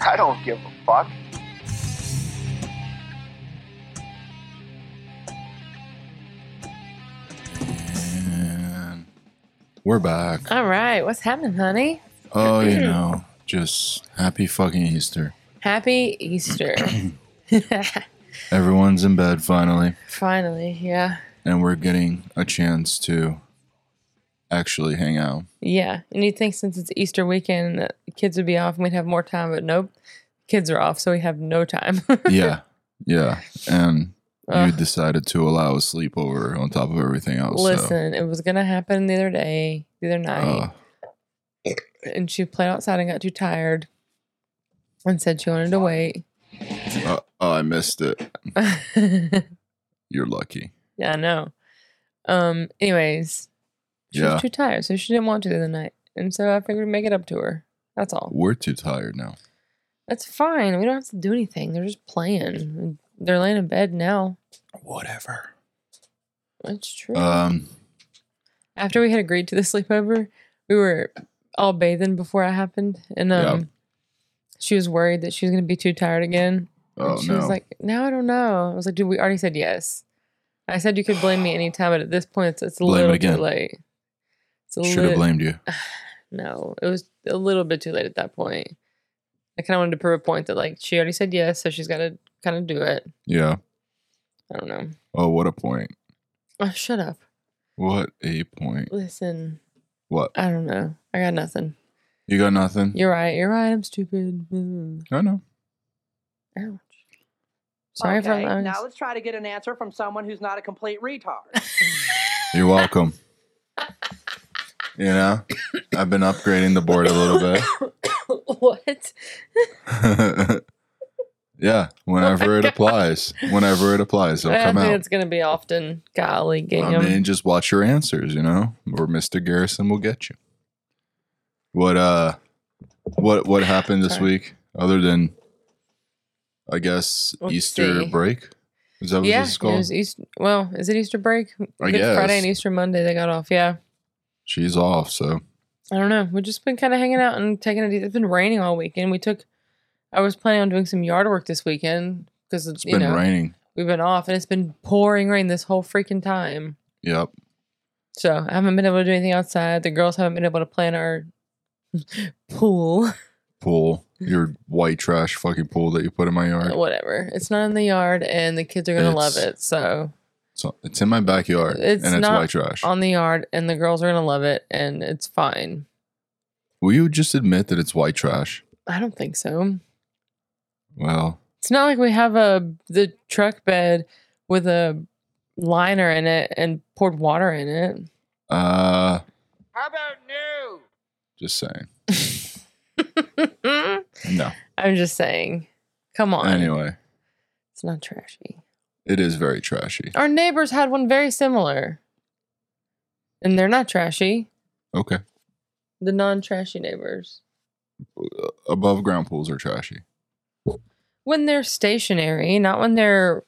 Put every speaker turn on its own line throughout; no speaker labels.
I don't give a fuck.
And we're back.
All right, what's happening, honey?
Oh, you know, just happy fucking Easter.
Happy Easter.
Everyone's in bed finally,
Finally, yeah.
and we're getting a chance to actually hang out.
Yeah. And you'd think since it's Easter weekend that kids would be off and we'd have more time, but nope. Kids are off, so we have no time.
Yeah. Yeah. And you
Ugh.
decided to allow a sleepover on top of everything else. so,
Listen, it was gonna happen the other day, the other night.
uh,
and she played outside and got too tired and said she wanted to wait.
uh, oh, I missed it.
yeah,
You're lucky.
I know. Um, anyways, she
Yeah.
was too tired, so she didn't want to the other night. And so I figured we'd make it up to her. That's all.
We're too tired now.
That's fine. We don't have to do anything. They're just playing. They're laying in bed now.
Whatever.
That's true.
Um,
After we had agreed to the sleepover, we were all bathing before it happened. And
Yeah.
um she was worried that she was gonna be too tired again. And
oh,
she
no.
was like, "No, I don't know." I was like, "Dude, we already said yes." I said you could blame me anytime, but at this point, it's, it's a
Blame it
little too
again.
late. It's a
Should have
lit-
blamed you.
No, it was a little bit too late at that point. I kind of wanted to prove a point that like she already said yes, so she's got to kind of do it.
Yeah.
I don't know.
Oh, what a point.
Oh, shut up.
What a point.
Listen,
What?
I don't know. I got nothing.
You got nothing? Oh,
You're right. You're right. I'm stupid. Mm.
I know.
Ouch. Sorry for
okay,
allowing.
now let's try to get an answer from someone who's not a complete retard.
You're welcome. you know, I've been upgrading the board a little bit.
what?
yeah, whenever
Oh
it applies, whenever it applies, it'll
I
come
think
out.
it's gonna be often. Golly, Gingham.
I mean, just watch your answers, you know, or Mr. Garrison will get you. What uh, what what happened this
Sorry.
week other than, I guess
Let's
Easter
see.
break? Is that what
yeah,
this is
it
called?
was E Easter. Well, is it Easter break?
I
Good Friday
guess.
and Easter Monday they got off. Yeah,
She's off, so
I don't know. We've just been kind of hanging out and taking it. easy. It's been raining all weekend. We took. I was planning on doing some yard work this weekend because
it's
you
been
know
raining.
we've been off and it's been pouring rain this whole freaking time.
Yep.
So I haven't been able to do anything outside. The girls haven't been able to plan our pool.
Pool, your white trash fucking pool that you put in my yard.
Whatever. It's not in the yard, and the kids are gonna love
It's-
it. So
So it's in my backyard
It's
and it's
not
white trash.
on the yard, and the girls are gonna love it, and it's fine.
Will you just admit that it's white trash?
I don't think so.
Well,
It's not like we have a the truck bed with a liner in it and poured water in it.
uh just saying. No.
I'm just saying. Come on.
Anyway,
It's not trashy.
it is very trashy.
Our neighbors had one very similar. And they're not trashy.
Okay.
The non trashy neighbors.
Above ground pools are trashy.
When they're stationary, not when they're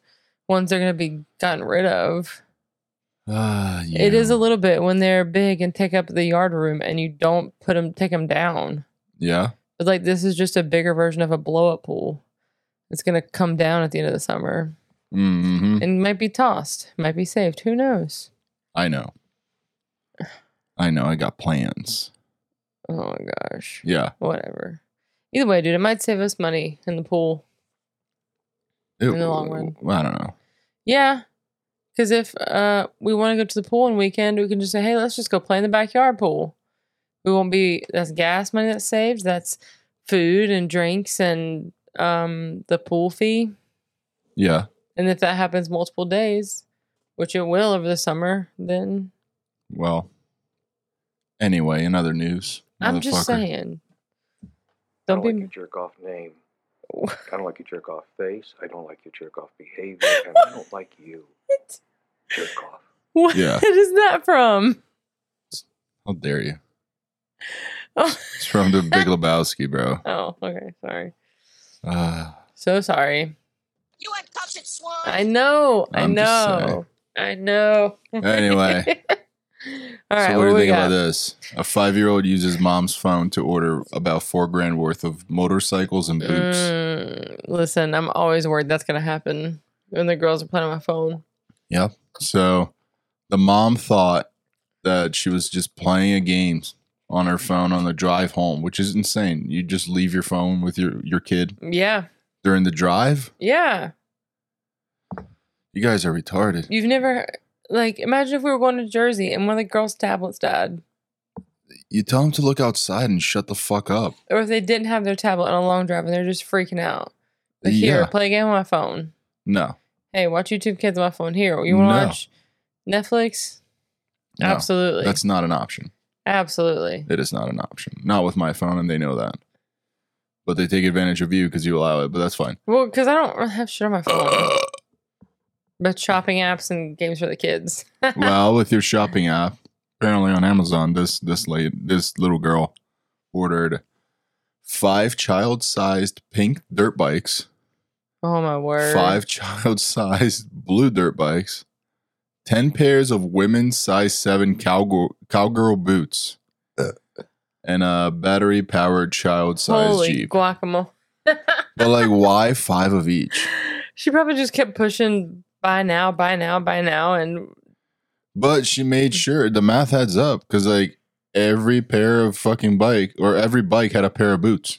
ones they're gonna be gotten rid of.
Ah, yeah.
It is a little bit when they're big and take up the yard room and you don't put them take them down.
Yeah.
But like this is just a bigger version of a blow up pool. It's gonna come down at the end of the summer
Mm-hmm.
and might be tossed, might be saved. Who knows?
I know. I know. I got plans.
Oh my gosh.
Yeah.
Whatever. Either way, dude, it might save us money in the pool.
It-
In the long run.
I don't know.
Yeah. Cause if uh we want to go to the pool on weekend, we can just say, hey, let's just go play in the backyard pool. We won't be that's gas money that's saved, that's food and drinks and um the pool fee.
Yeah.
And if that happens multiple days, which it will over the summer, then
Well. Anyway, in other news.
I'm just
motherfucker.
saying.
I
Don't
don't
be.
like your jerk off name.
What?
I don't like your jerk off face. I don't like your jerk off behavior. And I don't like you. Jerk off.
What
Yeah.
is that from?
How dare you?
Oh.
It's from the Big Lebowski, bro.
Oh, okay. Sorry.
Ah.
So sorry. I know. i
I'm just
know. I know.
Anyway.
All right.
so what do you
we
think
got?
about this? A five-year-old uses mom's phone to order about four grand worth of motorcycles and boots.
Mm, listen, I'm always worried that's gonna happen when the girls are playing on my phone.
So the mom thought that she was just playing a game on her phone on the drive home, which is insane. You just leave your phone with your your kid
Yeah,
during the drive.
yeah.
You guys are retarded.
You've never like imagine if we were going to Jersey and one of the girls' tablets died,
You tell them to look outside and shut the fuck up.
or if they didn't have their tablet on a long drive and they're just freaking out. Like, here,
Yeah.
play a game on my phone.
No.
Hey, watch YouTube Kids on my phone. Here, you want to
No.
watch Netflix?
No.
Absolutely,
That's not an option.
absolutely.
It is not an option. Not with my phone, and they know that. But they take advantage of you because you allow it. But that's fine.
Well, because I don't really have shit on my phone, but shopping apps and games for the kids.
well, with your shopping app, apparently on Amazon, this this late this little girl ordered five child-sized pink dirt bikes,
Oh my word!
five child-sized blue dirt bikes, ten pairs of women's size seven cowgirl cowgirl boots, and a battery-powered child-sized
Holy
jeep.
guacamole!
But like, why five of each?
She probably just kept pushing buy now, buy now, buy now, and
But she made sure the math adds up because like every pair of fucking bike or every bike had a pair of boots.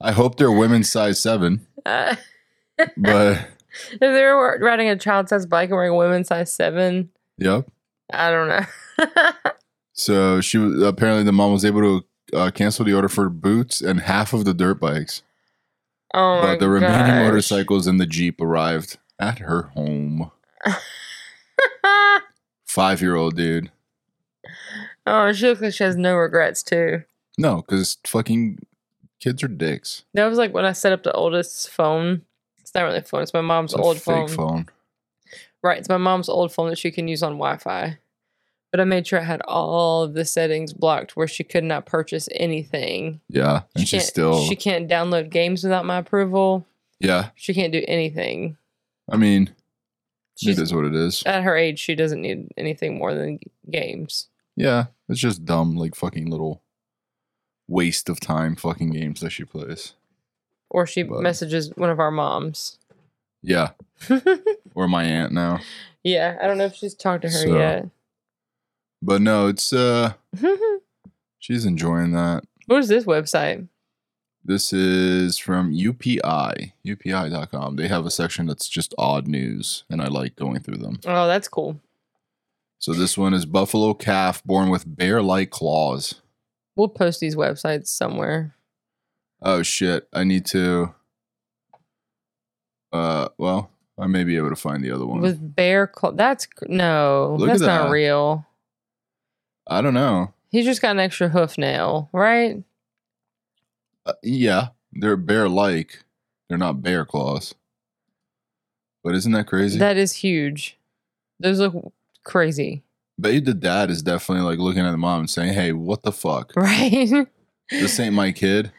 I hope they're women's size seven,
Uh,
but
if they were riding a child size bike and wearing women's size seven,
yep.
I don't know.
So she was- apparently the mom was able to uh, cancel the order for boots and half of the dirt bikes,
oh my
but the remaining
gosh.
motorcycles and the jeep arrived at her home. Five year old dude,
oh, she looks like she has no regrets too.
no, because fucking kids are dicks.
That was like when I set up the oldest phone. It's not really a phone. It's my mom's
It's a
old
fake
phone.
phone.
Right. It's my mom's old phone that she can use on Wi Fi. But I made sure I had all of the settings blocked where she could not purchase anything.
Yeah, and
she
she's
can't,
still
She can't download games without my approval.
yeah.
She can't do anything.
I mean,
She's,
it is what it is.
at her age, she doesn't need anything more than g- games.
Yeah, it's just dumb, like fucking little waste of time, fucking games that she plays.
Or she
But-
messages one of our moms.
Yeah, or my aunt now.
yeah, I don't know if she's talked to her
So- But no, it's uh
yet.
she's enjoying that.
what is this website?
This is from UPI, upi.com. They have a section that's just odd news and I like going through them.
Oh, that's cool.
So this one is buffalo calf born with bear-like claws.
We'll post these websites somewhere.
Oh shit, I need to uh well, I may be able to find the other one.
With bear claw. That's cr- no,
Look at
that's not
that.
real.
I don't know.
He's just got an extra hoof nail, right?
Uh, yeah, they're bear-like. They're not bear claws. But isn't that crazy?
That is huge. Those look crazy,
But the dad is definitely like looking at the mom and saying, "Hey, what the fuck?
right?
This ain't my kid.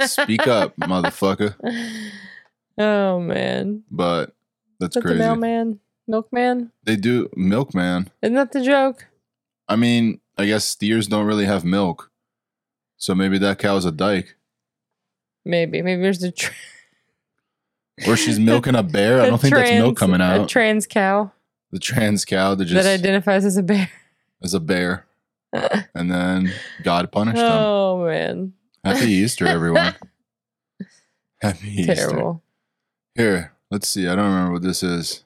Speak up, motherfucker."
Oh man,
But that's
that's the
crazy.
mailman, milkman.
They do milkman.
Isn't that the joke?
I mean, I guess steers don't really have milk, so maybe that cow's a dyke,
Maybe, maybe there's the. Tra-
or she's milking a bear. I
a
don't think that's milk coming
A
out.
trans cow
the trans cow that
that
just
identifies as a bear.
is a bear, and then God punished them.
Oh man,
Happy Easter, everyone. Happy Easter.
terrible.
Here, let's see. I don't remember what this is.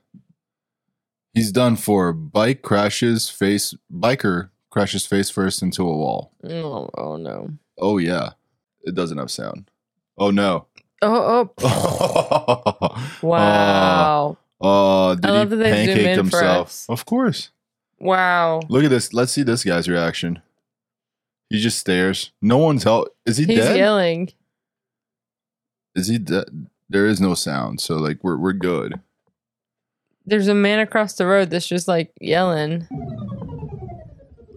He's done for. Bike crashes face. Biker crashes face first into a wall.
Oh, oh no.
Oh yeah, it doesn't have sound. Oh no. Uh,
Oh
oh,
oh wow
Oh, did
I love
he
that they zoom
pancaked
in for
himself?
us.
Of course.
wow.
Look at this. Let's see this guy's reaction. He just stares. No one's help. Is he
He's
dead?
yelling.
Is he dead? There is no sound, so like we're we're good.
There's a man across the road that's just like yelling.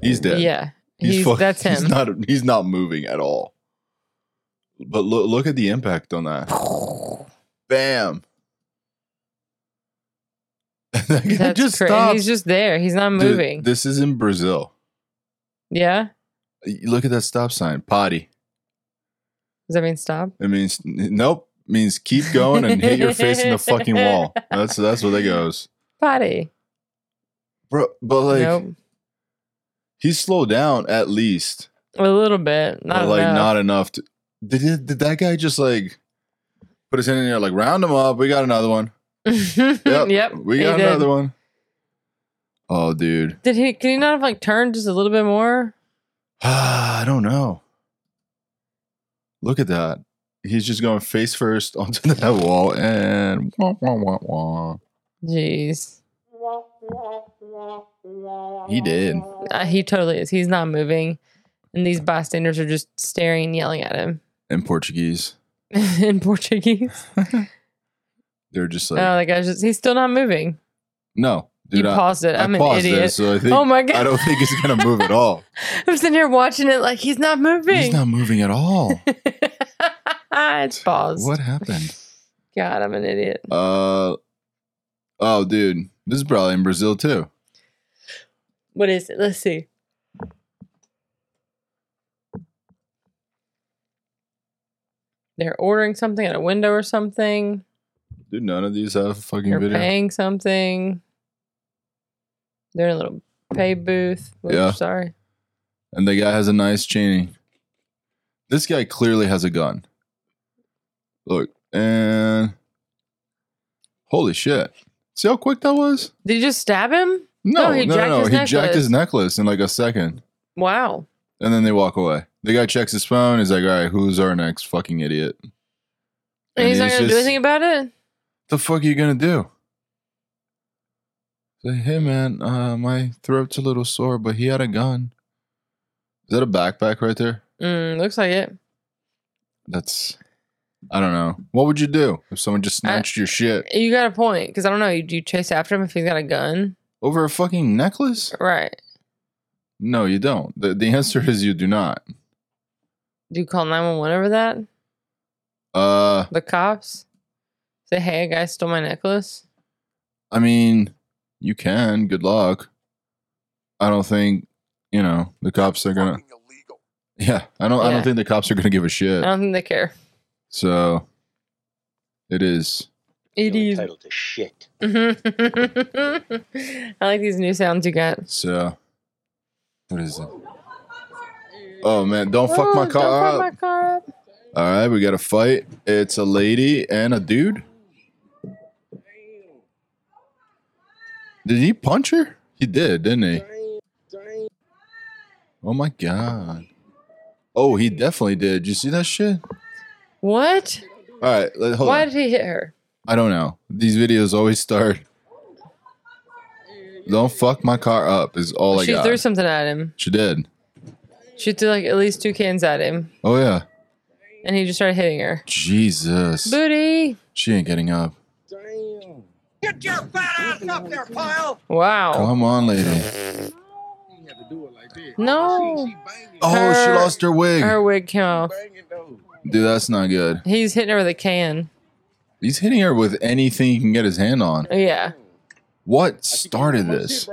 He's dead.
Yeah, he's,
fuck-
that's him.
He's not. He's not moving at all. But look, look at the impact on that. Bam. that guy
That's
just
crazy.
stopped.
He's just there. He's not
Dude,
moving.
this is in Brazil.
yeah.
You Look at that stop sign. Potty.
Does that mean stop?
It means nope. Means keep going and hit your face in the fucking wall. That's that's where that goes,
Potty.
bro. But like
nope.
he slowed down at least.
A little bit. Not
but like
enough.
not enough. To, did, it- did that guy just like put his hand in there like round him up? We got another one. Yep, we
he
got
did.
another one. Oh, dude,
Did he? Can he not have like turned just a little bit more?
I don't know. Look at that. He's just going face first onto that wall and wah, wah, wah, wah.
Jeez.
he did.
Uh, he totally is. He's not moving, and these bystanders are just staring and yelling at him
In Portuguese,
in Portuguese.
they're just
Oh,
like,
that guy's just—he's still not moving.
no, dude.
you
I,
paused it.
I
I'm an
paused
idiot.
this, so I think
oh my god!
I don't think it's gonna move at all.
I'm sitting here watching it like he's not moving.
He's not moving at all.
it's paused.
What happened?
God, I'm an idiot.
Uh oh, dude, this is probably in Brazil too.
What is it? Let's see. They're ordering something at a window or something.
Dude, none of these have a fucking
They're
video.
paying something. They're in a little pay booth. Oops,
Yeah.
Sorry.
And the guy has a nice chain. This guy clearly has a gun. Look and holy shit! See how quick that was?
Did you just stab him?
No,
No, he
no,
jacked
no.
his
He jacked
necklace.
his necklace in like a second,
Wow.
and then they walk away. The guy checks his phone. He's like, "All right, who's our next fucking idiot?"
And he's, not going to do
just-
anything about it?
the fuck are you gonna do? Say, hey man, uh, my throat's a little sore, but he had a gun. Is that a backpack right there?
Mm, looks like it.
That's, I don't know. What would you do if someone just
I-
snatched your shit
You got a point. Because I don't know. Do you chase after him if he's got a gun?
over a fucking necklace?
Right.
No, you don't. The, the answer is you do not.
Do you call 911 over that?
Uh,
The cops? Say, hey, a guy stole my necklace?
I mean, you can. Good luck. I don't think you know the cops are gonna.
Fucking illegal.
Yeah, I don't. I
Yeah. Oh.
don't think the cops are gonna give a
I
shit.
don't think they care.
So, it is.
It
You're
is.
entitled to shit.
I like these new sounds you got.
So, what is it? Oh man, don't fuck
Oh,
my
don't
car
fuck
up.
my car up.
All right, we got a fight. It's a lady and a dude. Did he punch her? He did, didn't he? Oh my god. Oh, he definitely did. You see that shit?
What?
All right, let, hold
Why
on.
did he hit her?
I don't know. These videos always start. Don't fuck Oh my car up is all I
she
got.
threw something at him.
she did.
She threw like at least two cans at him,
Oh yeah.
and he just started hitting her.
Jesus.
Booty.
She ain't getting up.
Get your fat ass up there, pile!
Wow.
Come on, lady.
No.
Oh, she
Her-
lost her wig.
Her wig came off.
Dude, that's not good.
He's hitting her with a can.
He's hitting her with anything he can get his hand on.
Yeah.
What started this?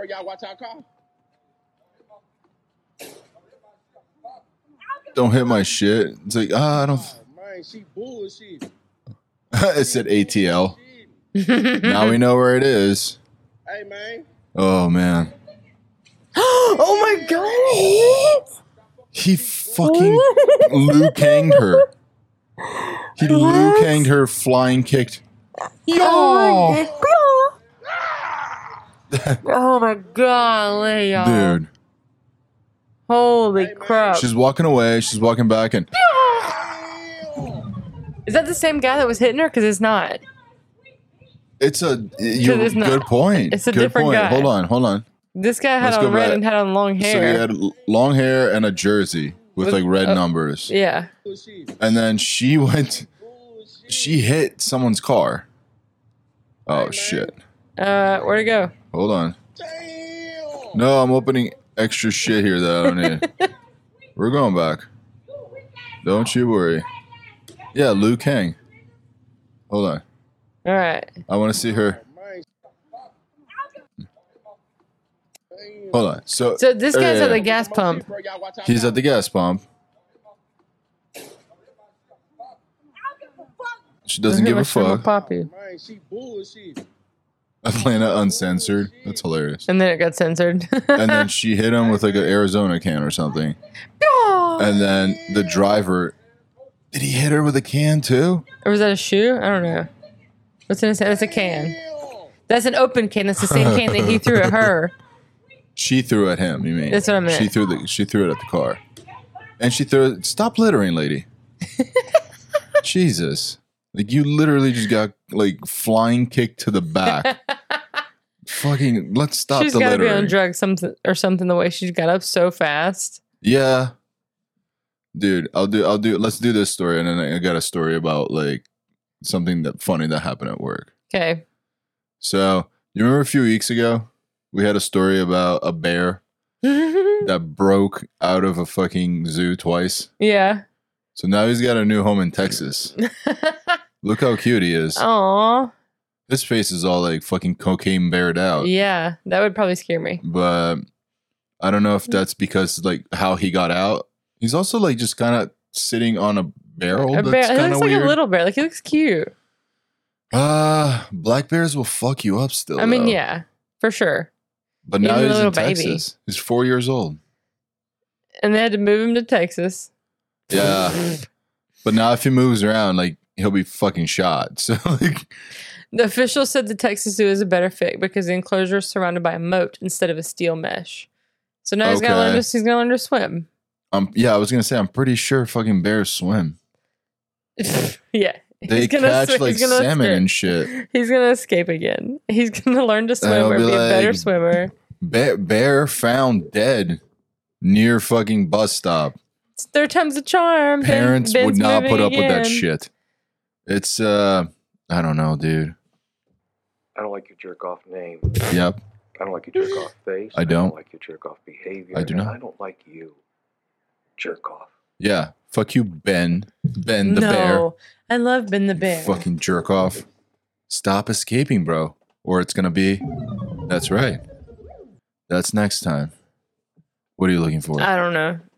Don't hit my shit. It's like, ah, I don't.
Oh,
F-. it said ATL. Now we know where it is.
Hey man,
Oh, man.
oh my god.
He fucking Liu Kanged her. He Liu
What?
Kanged her, flying kicked.
Oh my god. oh my god, y'all.
Dude.
Holy crap.
She's walking away. She's walking back, and
Is that the same guy that was hitting her? Because it's not.
it's a. You're,
it's not-
good point.
it's a
good
different
point.
guy.
Hold on. Hold on.
This guy had
Let's go
on red
back.
and had on long
So he
hair.
had l- long hair and a jersey with,
With-
like red
uh,
numbers.
yeah.
And then she went, she hit someone's car. Oh shit.
Uh, where'd it go?
Hold on. No, I'm opening extra shit here that I don't need. We're going back. Don't you worry. Yeah, Liu Kang. Hold on.
All right.
I want to see
Oh,
her. Hold on. So,
So this guy's at
Yeah.
the gas pump.
he's at the gas pump. She doesn't give a fuck.
Pop you.
Man, she bullshit.
Atlanta uncensored. That's hilarious.
And then it got censored.
And then she hit him with like an Arizona can or something. And then the driver, did he hit her with a can too?
or was that a shoe? I don't know. What's in his hand? That's a can. That's an open can. That's the same can that he threw at her.
She threw at him. You mean?
That's what I meant.
She threw the she threw it at the car, and she threw. it- Stop littering, lady. Jesus, like you literally just got like flying kicked to the back. Fucking, let's stop
she's
the
got to be
littering.
on drugs something or something. The way she got up so fast.
Yeah, dude, I'll do. I'll do. Let's do this story, and then I got a story about like something that funny that happened at work.
Okay.
So you remember a few weeks ago we had a story about a bear that broke out of a fucking zoo twice.
yeah.
So now he's got a new home in Texas. Look how cute he is.
Oh. Aw.
His face is all like fucking cocaine bared out.
Yeah. That would probably scare me.
But I don't know if
Mm.
that's because like how he got out. He's also like just kind of sitting on a barrel.
A bear.
That's
He
kind
looks
of
like
weird.
a little bear. Like he looks cute.
uh, black bears will fuck you up still.
I mean,
though.
yeah, for sure.
But now
Even a
he's in
little baby.
Texas. He's four years old.
And they had to move him to Texas.
Yeah. but now if he moves around, like he'll be fucking shot. So like,
The official said the Texas Zoo is a better fit because the enclosure is surrounded by a moat instead of a steel mesh. So now he's gonna learn to,
Okay.
he's gonna learn to swim.
um, yeah, I was gonna say I'm pretty sure fucking bears swim.
yeah,
They
he's gonna
catch
swi-
like
he's gonna
salmon
escape.
and shit.
He's gonna escape again. He's gonna learn to swim
I'll
or
be
be a better
like-
swimmer.
Bear, bear found dead near fucking bus stop.
It's third time's a charm. Ben-
Parents would
Ben's
not
moving
put up with that
again.
shit. It's uh, I don't know, dude.
I don't like your jerk off name.
Yep.
I don't like your jerk off face.
I don't.
like your jerk off behavior.
I do
and
not.
I don't like you. Jerk off.
Yeah. Fuck you, Ben. Ben the
no,
bear.
I love Ben the bear.
Fucking jerk off. Stop escaping, bro. Or it's gonna be. That's right. That's next time. What are you looking for?
I don't know.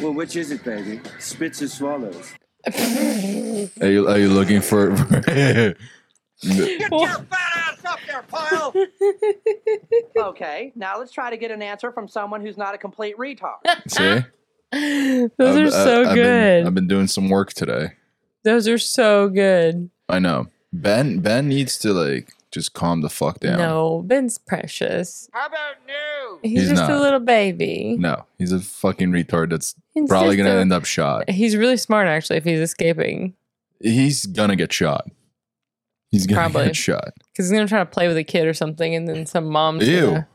Well, which is it, baby? Spits or swallows?
Are you, are you looking for?
Get your fat ass up there, pile!
Okay, now let's try to get an answer from someone who's not a complete retard.
See,
Those
I've-
are so
I've
good.
Been, I've been doing some work today.
Those are so good.
I know. Ben Ben needs to like just calm the fuck down.
No, Ben's precious.
How about new?
He's,
He's
just a
not.
little baby.
No. He's a fucking retard that's
He's
probably
just
gonna
a-
end up shot.
He's really smart, actually, if he's escaping,
He's gonna get shot. He's gonna
Probably.
get shot.
because he's gonna try to play with a kid or something, and then some mom's
Ew.
gonna-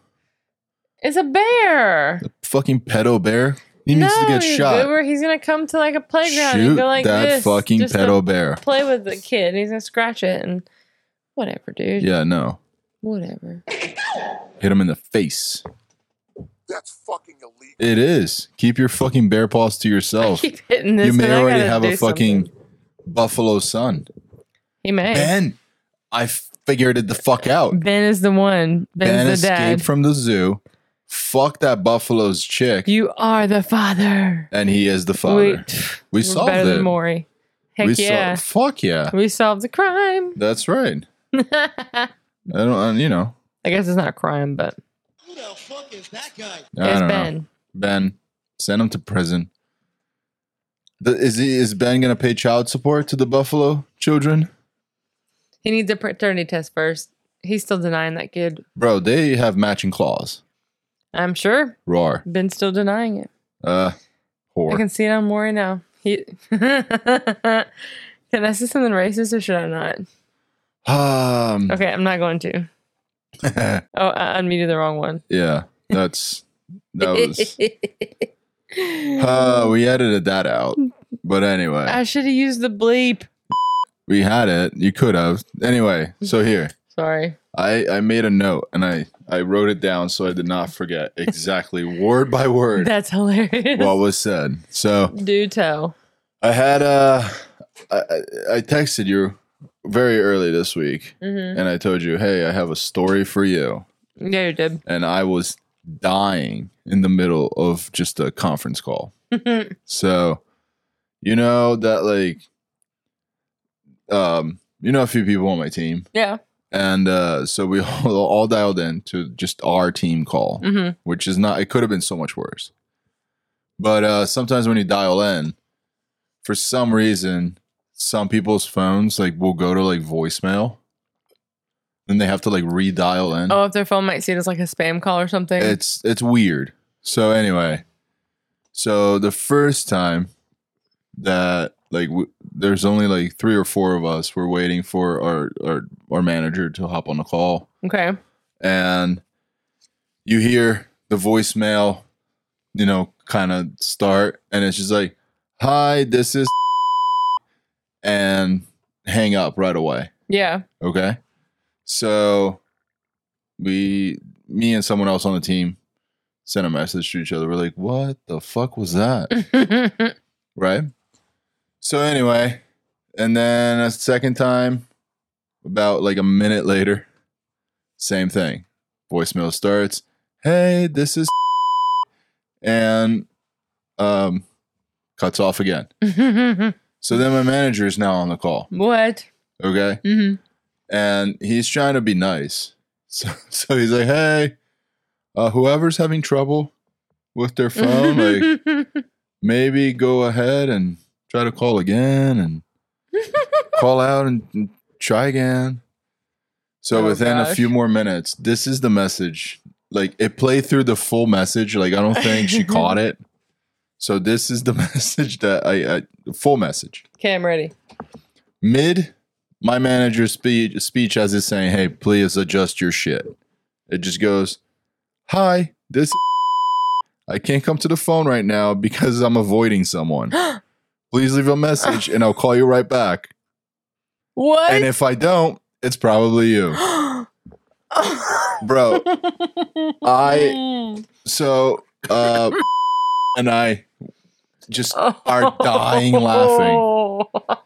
It's a bear.
Fucking pedo bear. He needs to get
he's
shot.
Uber. He's gonna come to like a playground
Shoot
and go like
that
this,
fucking
just to
pedo bear.
Play with the kid. He's gonna scratch it and whatever, dude.
Yeah, no.
Whatever.
Hit him in the face.
That's fucking illegal.
It is. Keep your fucking bear paws to yourself.
Keep hitting this.
Oh, You
and
may
I
already
gotta
have
do
a fucking
something.
buffalo son.
He may. Ben,
Ben, I figured it the fuck out.
is the one. Ben's
Ben
the
escaped
dad.
from the zoo. Fuck that buffalo's chick,
you are the father.
and he is the father. We,
We're
solved
better
it.
than Maury. Heck
we
yeah.
solved. Fuck yeah.
we solved the crime.
That's right.
I
I don't. I- you know.
guess it's not a crime, but
Who the fuck is that guy?
I
it's
don't
Ben.
know. Ben, send him to prison. The- is he, is Ben gonna pay child support to the buffalo children?
He needs a paternity test first. He's still denying that kid.
Bro, they have matching claws.
I'm sure.
Roar.
Ben's still denying it.
Uh, whore.
I can see it on Maury now. He Can I say something racist or should I not?
um.
Okay, I'm not going to. Oh, I unmuted the wrong one.
yeah, that's that was. Uh, we edited that out. But
I
anyway,
should have used the bleep.
we had it. You could have. Anyway, so here
Sorry.
I I made a note and I I wrote it down so I did not forget exactly word by word
That's hilarious.
what was said. So
Do tell.
I had uh I I I texted you very early this week,
hmm
and I told you, "Hey, I have a story for you."
Yeah, you did.
And I was dying in the middle of just a conference call. So, you know that like, um, you know a few people on my team,
yeah.
and uh, so we all, all dialed in to just our team call,
hmm
which is not. It could have been so much worse. But uh, sometimes when you dial in, for some reason, some people's phones like will go to like voicemail, and they have to like redial in.
Oh, if their phone might see it as like a spam call or something.
It's it's weird. So anyway, so the first time that like w- there's only like three or four of us, we're waiting for our our our manager to hop on the call,
okay.
and you hear the voicemail, you know, kind of start, and it's just like, "Hi, this is," and hang up right away.
Yeah.
Okay. So we me and someone else on the team sent a message to each other. We're like, what the fuck was that? right? So anyway, and then a second time, about like a minute later, same thing. Voicemail starts. Hey, this is and um cuts off again. So then my manager is now on the call.
what?
Okay
hmm
and he's trying to be nice. So, so he's like, "Hey, uh, whoever's having trouble with their phone, like maybe go ahead and try to call again and call out and, and try again." So
Oh,
within a
gosh.
few more minutes, this is the message. Like it played through the full message. Like I don't think she caught it. So this is the message that I, I the full message
okay, I'm ready.
mid my manager's speech speech as it's saying hey please adjust your shit it just goes hi this i can't come to the phone right now because i'm avoiding someone please leave a message and i'll call you right back
What?
and if i don't it's probably you bro i so uh and i just are
Mm.
dying
Oh.
laughing.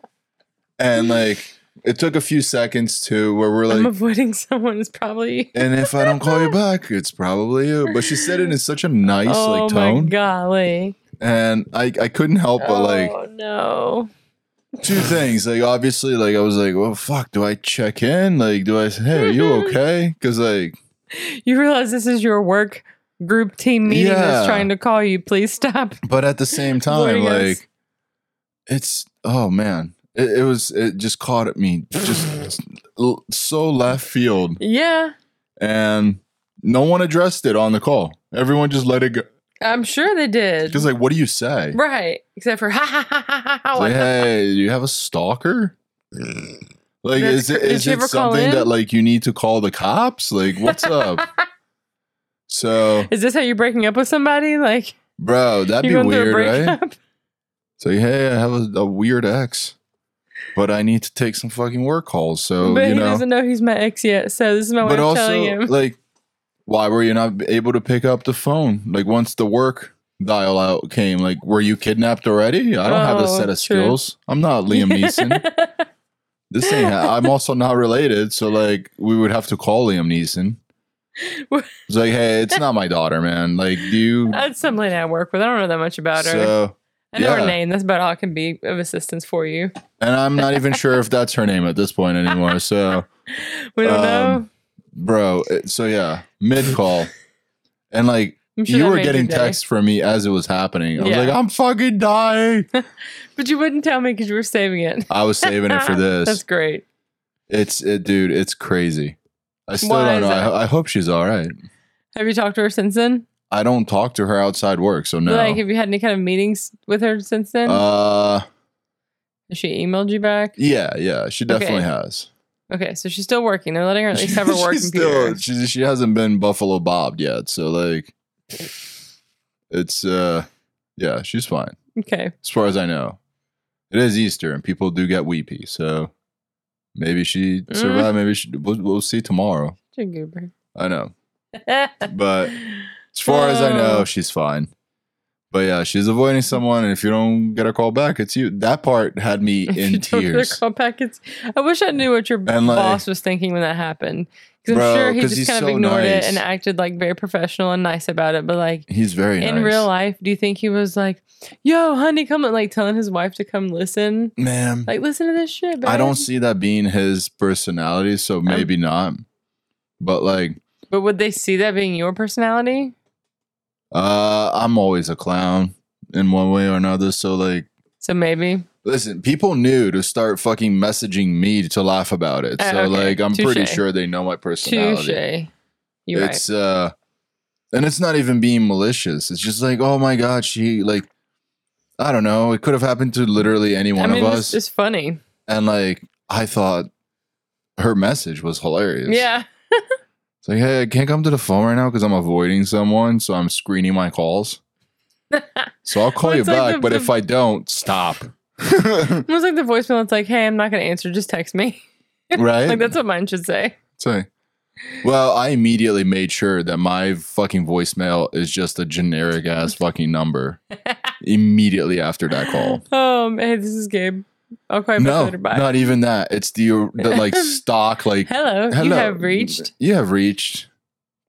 and like it took a few seconds to where we're
I'm
like
avoiding someone. It's probably.
and if I don't call you back, it's probably you. But she said it in such a nice
oh
like
my
tone,
golly!
and I I couldn't help but like
oh no!
two things. Like obviously, like I was like, well, fuck, do I check in? Like, do I say, hey, are you
Mm-hmm.
okay? Because like,
You realize this is your work group team meeting
Yeah.
that's trying to call you. Please stop.
but at the same time,
Avoiding us.
like, it's oh man, it, it was it just caught at me just l- so left field,
Yeah,
and no one addressed it on the call. Everyone just let it go.
I'm sure they did.
Because like, what do you say?
Right, except for ha ha ha ha ha.
It's
what
like,
the-
hey, do you have a stalker?
Mm.
Like, is
That's
it
cr- did
is
you
it
ever call
something
in?
that like you need to call the cops? Like, what's up? so,
Is this how you're breaking up with somebody? Like
bro, that'd
you're
be
going
weird,
through a
right?
breakup?
So, hey, I have a, a weird ex, but I need to take some fucking work calls. So,
but
you
he
know,
doesn't know he's my ex yet, so this is my way
but
of telling
also
him.
like, why were you not able to pick up the phone? Like, once the work dial out came, like, were you kidnapped already? I don't have a
Oh,
set of
true.
skills. I'm not Liam Neeson. This ain't. Ha- I'm also not related, so like we would have to call Liam Neeson. It's like, hey, it's not my daughter, man. Like, do you?
That's some lady I work with. I don't know that much about her.
So,
I know
yeah.
her name. That's about all I can be of assistance for you.
and I'm not even sure if that's her name at this point anymore. So,
We don't
Um,
know.
bro, it- so yeah, mid call, and like
I'm sure
you
that
were
made your
getting
day.
texts from me as it was happening. I was
Yeah.
like, I'm fucking dying.
but you wouldn't tell me because you were saving it.
I was saving it for
That's
this.
great.
It's it, dude. It's crazy. I still
Why
don't
is
know.
that?
I, I hope she's all right.
Have you talked to her since then?
I don't talk to her outside work, so no.
Like, have you had any kind of meetings with her since then?
uh,
Has she emailed you back?
Yeah, yeah, she
Okay.
definitely has.
Okay, so she's still working. They're letting her at least have her work
She's
computer.
she, she hasn't been Buffalo bobbed yet, so like, it's uh, yeah, she's fine
okay.
as far as I know. It is Easter, and people do get weepy, so maybe she
Mm.
survived. Maybe she. We'll, we'll see tomorrow.
She's a goober. Oh.
I know, but as far as I know, she's fine. But yeah, she's avoiding someone, and if you don't get her call back, it's you. That part had me
If you
in
don't get a
tears.
call back, it's- I wish I knew what your
And, like-
boss was thinking when that happened. Because I'm
Bro,
sure he
'cause
just
he's
kind of
so
ignored it
nice.
and acted like very professional and nice about it. But like
He's very
in
nice.
real life, do you think he was like, "Yo, honey, come," and, like telling his wife to come listen,
man.
like listen to this shit?
I
babe."
don't see that being his personality, so maybe not. But like,
But would they see that being your personality?
uh, I'm always a clown in one way or another. So like,
So maybe.
listen, people knew to start fucking messaging me to laugh about it.
Uh,
So
okay,
like, I'm pretty
touche.
sure they know my personality.
Touche. You're
it's uh and it's not even being malicious. It's just like, oh my god, she like I don't know, it could have happened to literally any
right.
one
I mean,
of
it's,
us.
it's funny.
and like I thought her message was hilarious.
Yeah.
It's like, hey, I can't come to the phone right now because I'm avoiding someone, so I'm screening my calls. So I'll call
Well,
you
it's like
back,
the-
but
the-
if I don't, stop.
Almost like the voicemail. It's like, hey, I'm not going to answer. Just text me.
right?
like that's what mine should say.
Say. Well, I immediately made sure that my fucking voicemail is just a generic ass fucking number immediately after that call.
Um, hey, this is Gabe. I'll call you back
No,
later. Bye.
not even that. It's the, the like stock like
Hello, You
Hello.
have reached.
you have reached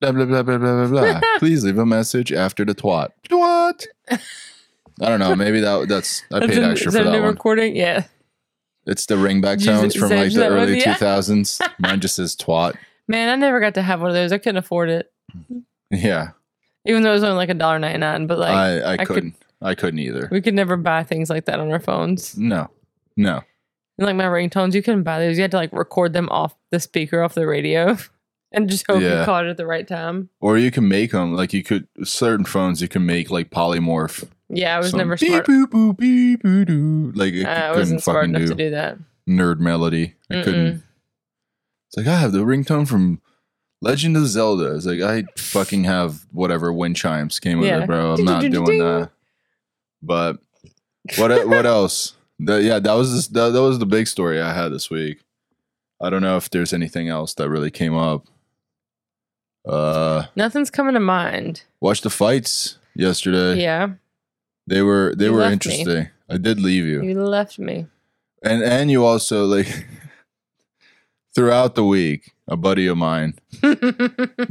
blah blah blah blah blah blah blah. Please leave a message after the twat. Twat. I don't know. Maybe that that's I
That's
paid
a-
extra
is that
for
a
that
new
one.
recording? Yeah.
It's the ringback
Is
tones
it-
from
is that-
like
is
the
that one?
early two
Yeah.
thousands. Mine just says twat.
Man, I never got to have one of those. I couldn't afford it.
Yeah,
Even though it was only like a dollar ninety nine. But like
I, I
could-
couldn't. I couldn't either.
we could never buy things like that on our phones.
No, no.
And like my ringtones, you couldn't buy those. You had to like record them off the speaker off the radio and just hope
Yeah.
you caught it at the right time.
Or you can make them like you could. Certain phones you can make like polymorph.
Yeah, I was
Some
never
beep,
smart. Uh,
boart. Boop, boop, beep, boop, doo. Like it
I
couldn't
wasn't smart
fucking
enough
do,
to do that.
nerd melody. I
Mm-mm.
couldn't. It's like I have the ringtone from Legend of Zelda. It's like I fucking have whatever wind chimes came with
Yeah.
it, bro. I'm not doing that. But what what else? The, yeah, that was this, that, that was the big story I had this week. I don't know if there's anything else that really came up. Uh,
Nothing's coming to mind.
watched the fights yesterday.
Yeah.
They were they
You
were
left me.
interesting. I did leave you.
You left me.
And and you also like throughout the week, a buddy of mine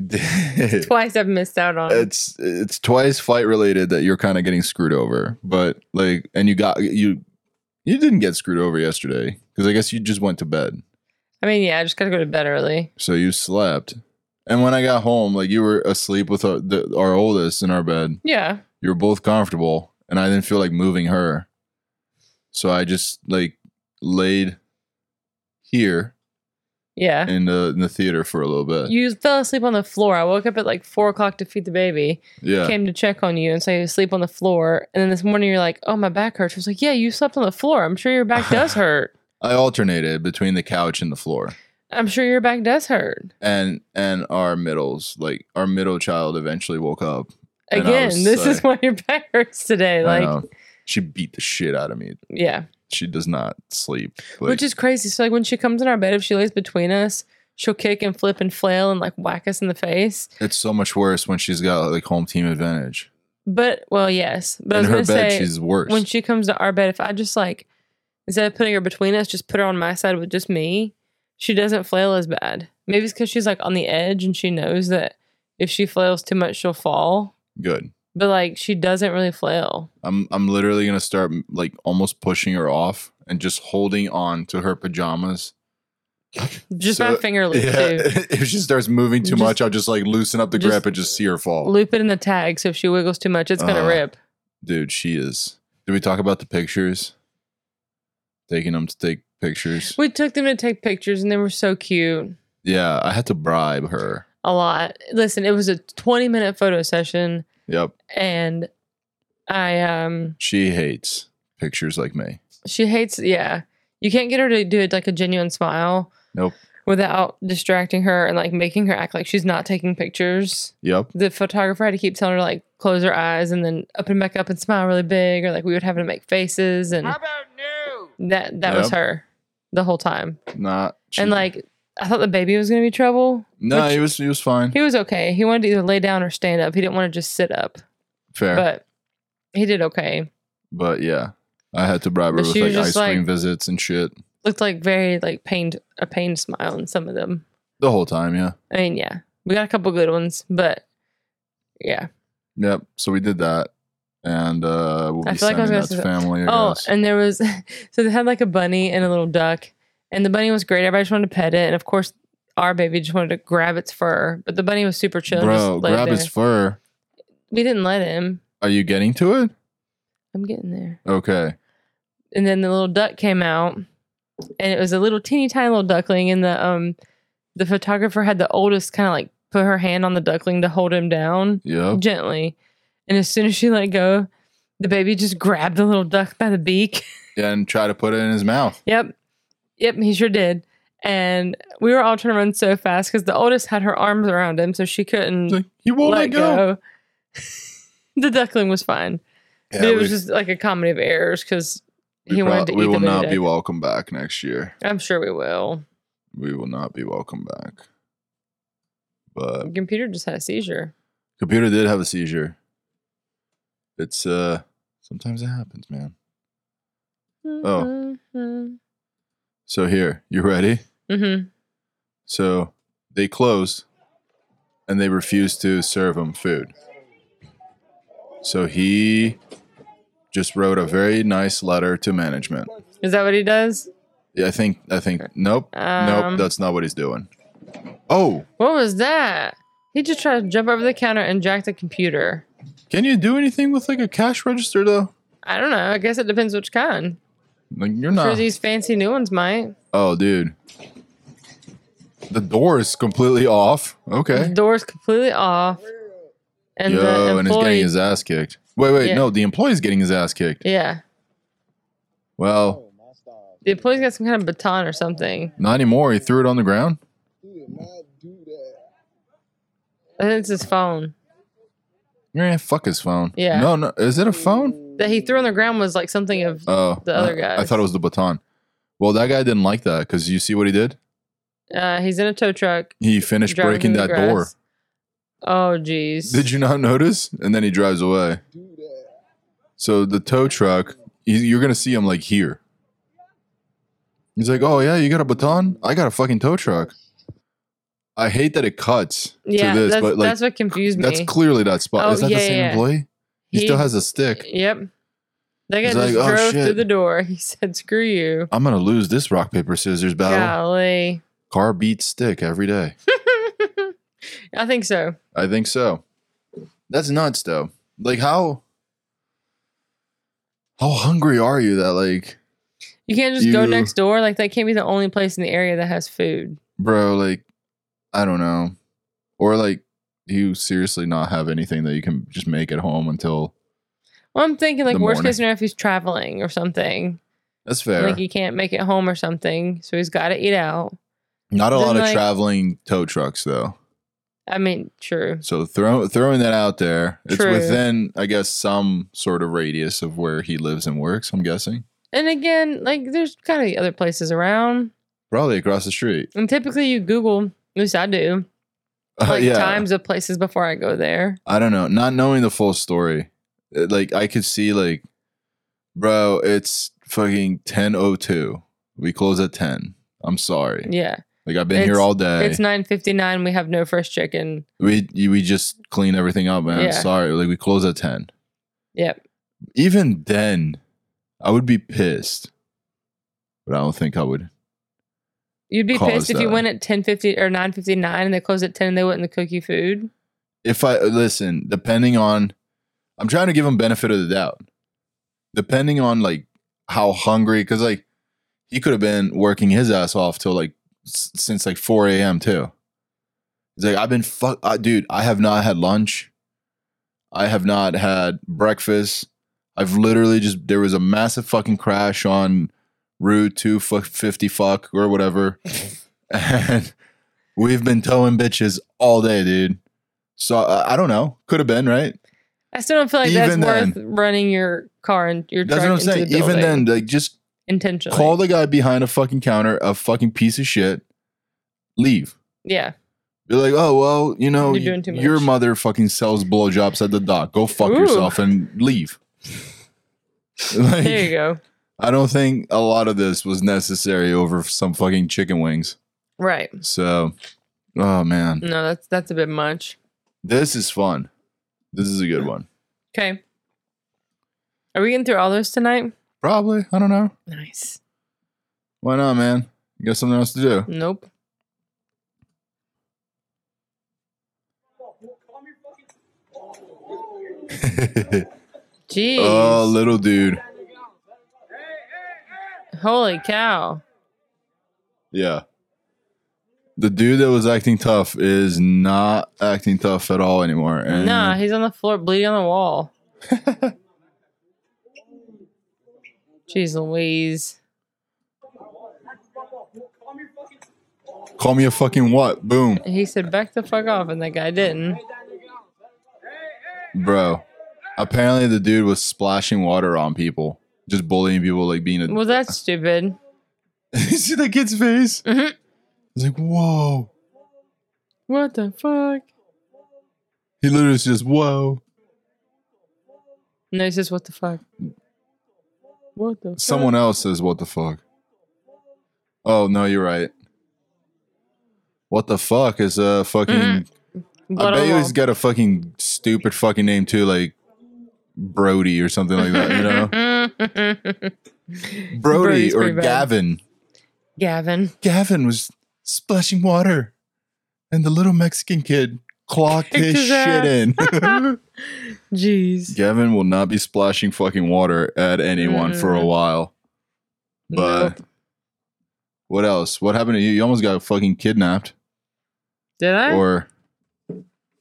did-
Twice I've missed out on.
it's it's twice fight related that you're kind of getting screwed over. But like and you got you you didn't get screwed over yesterday because I guess you just went to bed.
I mean, yeah, I just gotta go to bed early.
So you slept. And when I got home, like you were asleep with our, the, our oldest in our bed.
Yeah.
you were both comfortable and i didn't feel like moving her so i just like laid here
Yeah.
in the in the theater for a little bit
You fell asleep on the floor. I woke up at like four o'clock to feed the baby.
yeah
Came to check on you, and so you sleep on the floor. And then this morning you're like, "Oh, my back hurts." I was like, "Yeah, you slept on the floor. I'm sure your back does hurt.
i alternated between the couch and the floor
I'm sure your back does hurt."
and and our middles like our middle child eventually woke up And I
Again,
was
this is
like-
why your back hurts today.
I
Like,
know. she beat the shit out of me
yeah,
she does not sleep like,
which is crazy. So like when she comes in our bed, if she lays between us, she'll kick and flip and flail and like whack us in the face.
it's so much worse when she's got like home team advantage
But well, yes. But I
in
was
her
gonna
bed
say,
she's worse
when she comes to our bed, if I just like instead of putting her between us, just put her on my side with just me, she doesn't flail as bad. Maybe it's because she's like on the edge and she knows that if she flails too much, she'll fall.
good
But like she doesn't really flail.
I'm I'm literally gonna start like almost pushing her off and just holding on to her pajamas.
Just
So-
my finger loop too.
if she starts moving too
Just-
much, I'll just like loosen up the
just
grip and just see her fall.
Loop it in the tag. So if she wiggles too much, it's gonna
Uh,
rip.
Dude, she is. Did we talk about the pictures? Taking them to take pictures.
We took them to take pictures and they were so cute.
Yeah, I had to bribe her.
A lot. Listen, it was a 20 minute photo session
Yep,
and I um
she hates pictures like me.
She hates. Yeah, you can't get her to do like a genuine smile.
Nope.
Without distracting her and like making her act like she's not taking pictures.
Yep,
The photographer had to keep telling her to, like close her eyes and then open back up and smile really big, or like we would have to make faces and
How about new?
that that was
Yep.
her the whole time.
not she-
And like I thought the baby was gonna be trouble.
no,
which-
he was he was fine.
He was okay. He wanted to either lay down or stand up. He didn't want to just sit up.
Fair.
But He did okay.
But yeah, I had to bribe her
But
with
she was
like
just
ice cream
like-
visits and shit
Looked like very like pained a pained smile in some of them.
the whole time. Yeah.
I mean, yeah, we got a couple good ones, but yeah.
Yep. So we did that, and uh, we'll be
I feel like I was
sending
gonna
that
say
to
that-
family. I
Oh,
guess.
and there was so they had like a bunny and a little duck, and the bunny was great. Everybody just wanted to pet it, and of course, our baby just wanted to grab its fur. But the bunny was super chill. and
bro,
just let it
grab his
there.
fur.
we didn't let him.
Are you getting to it?
I'm getting there.
Okay.
And then the little duck came out, and it was a little teeny tiny little duckling. And the um, the photographer had the oldest kind of like put her hand on the duckling to hold him down
Yep.
gently, and as soon as she let go, the baby just grabbed the little duck by the beak.
And try to put it in his mouth.
Yep. Yep, he sure did. And we were all trying to run so fast because the oldest had her arms around him, so she couldn't
He's like, "Oh he won't
Mm. let
let go.
go. the duckling was fine.
Yeah,
but it
we-
was just like a comedy of errors because
we
he
prob-
wanted to
we
eat
will
the
not be
baby. duck.
welcome back next year.
I'm sure we will.
We will not be welcome back. But Oh.
The computer just had a seizure.
computer did have a seizure. It's uh sometimes it happens, man. Oh.
Mm-hmm.
So here, you ready?
Mm-hmm.
So they closed and they refused to serve him food. So he just wrote a very nice letter to management.
Is that what he does?
Yeah, I think I think nope.
Um,
nope, that's not what he's doing. Oh,
What was that? He just tried to jump over the counter and jack the computer.
can you do anything with like a cash register though?
I don't know. I guess it depends which kind.
Like you're
For
not
these fancy new ones might.
Oh, dude. The door is completely off.
The
Okay.
door's completely off. And the
Yo, and he's
employee,
getting his ass kicked. Wait, wait,
Yeah.
no, the employee's getting his ass kicked.
yeah,
Well,
the employee's got some kind of baton or something.
not anymore. He threw it on the ground.
I think it's his phone
Yeah, fuck his phone.
Yeah.
No, no. Is it a phone?
that he threw on the ground was like something of.
Oh.
The other
I- I
guy's.
thought it was the baton. Well, that guy didn't like that because you see what he did?
Uh, he's in a tow truck.
He finished
driving
breaking
through
that
the
door.
grass. Oh jeez.
Did you not notice? And then he drives away. So the tow truck, he- you're gonna see him like here. He's like, "Oh yeah, you got a baton? I got a fucking tow truck." I hate that it cuts
Yeah,
to this,
that's,
but like
that's what confused me.
that's clearly that spot.
Oh,
Is that
yeah,
the same
yeah.
employee? He, still
He-
has a stick.
Yep. That guy
He's
just
like, "Oh,
drove through
shit."
the door. He said, "Screw you."
I'm gonna lose this rock paper scissors battle.
Golly.
Car beats stick every day.
I think so.
I think so. That's nuts, though. Like how how hungry are you that like,
You can't just go
You-
next door. Like that can't be the only place in the area that has food.
bro? Like I don't know, or like do you seriously not have anything that you can just make at home until
Well, I'm thinking like
The
worst
morning.
case scenario if he's traveling or something.
that's fair.
Like he can't make it home or something, so he's got to eat out.
not a
then,
lot of
like-
traveling tow trucks though.
I mean, true.
So throw, throwing that out there, it's
True.
within I guess some sort of radius of where he lives and works. I'm guessing
And again, like there's gotta be other places around.
probably across the street. Uh,
And typically you Google, at least I do, like times of places before I go there.
I don't know, not knowing the full story, it- like I could see like, bro, it's fucking ten oh two. We close at ten. I'm sorry.
Yeah.
Like I've been
It's-
here all day.
It's nine fifty nine, we have no fresh chicken.
we you- we just clean everything up, man.
Yeah.
Sorry. Like we close at ten.
Yep.
Even then, I would be pissed, but I don't think I would.
You'd be
Cause
pissed if you
that.
went at ten fifty or nine fifty nine and they closed at ten and they wouldn't cook you food.
If I listen, depending on, I'm trying to give him benefit of the doubt. Depending on like how hungry, because like he could have been working his ass off till like s- since like 4 a.m. too. He's like, I've been fuck, I, dude. I have not had lunch. I have not had breakfast. I've literally just there was a massive fucking crash on Route Two Fuck Fifty Fuck or whatever, and we've been towing bitches all day, dude. So uh, I, I don't know. Could have been right.
I still don't feel like
Even
that's worth running your car and your
That's
truck
what I'm
into
saying.
the
Even then,
building
like just
intentionally.
call the guy behind a fucking counter a fucking piece of shit. Leave.
yeah.
You're like, oh well, you know,
You're doing too
your
much."
mother fucking sells blowjobs at the dock. Go fuck
Ooh.
yourself and leave. Like,
There you go.
I don't think a lot of this was necessary over some fucking chicken wings.
Right.
So, oh man,
No, that's that's a bit much.
this is fun. This is a good one.
Okay. Are we getting through all those tonight?
Probably. I don't know.
Nice.
Why not, man? You got something else to do?
Nope. Jeez.
oh, little dude.
Holy cow.
Yeah. The dude that was acting tough is not acting tough at all anymore. And
Nah, he's on the floor bleeding on the wall. Jeez Louise.
Call me a fucking what? Boom,
He said, back the fuck off, and that guy didn't.
bro. Apparently, the dude was splashing water on people, just bullying people, like being a.
Well, that's stupid.
you see the kid's face?
Mhm.
It's like, whoa.
What the fuck?
He literally was just, whoa.
No, he says, what the fuck? What the
Someone
fuck?
else says, what the fuck? Oh, no, you're right. What the fuck is a fucking.
Mhm.
I
Blood on
bet
the
you
wall.
he's got a fucking stupid fucking name too, like Brody or something like that, you know? Brody
Brody's
or
pretty bad.
Gavin.
Gavin.
Gavin was splashing water, and the little Mexican kid clocked
Kicked
his
his
shit
ass.
in.
Jeez.
Gavin will not be splashing fucking water at anyone for a
Mm.
while. But
Nope.
what else? What happened to you? You almost got fucking kidnapped,
Did I?
or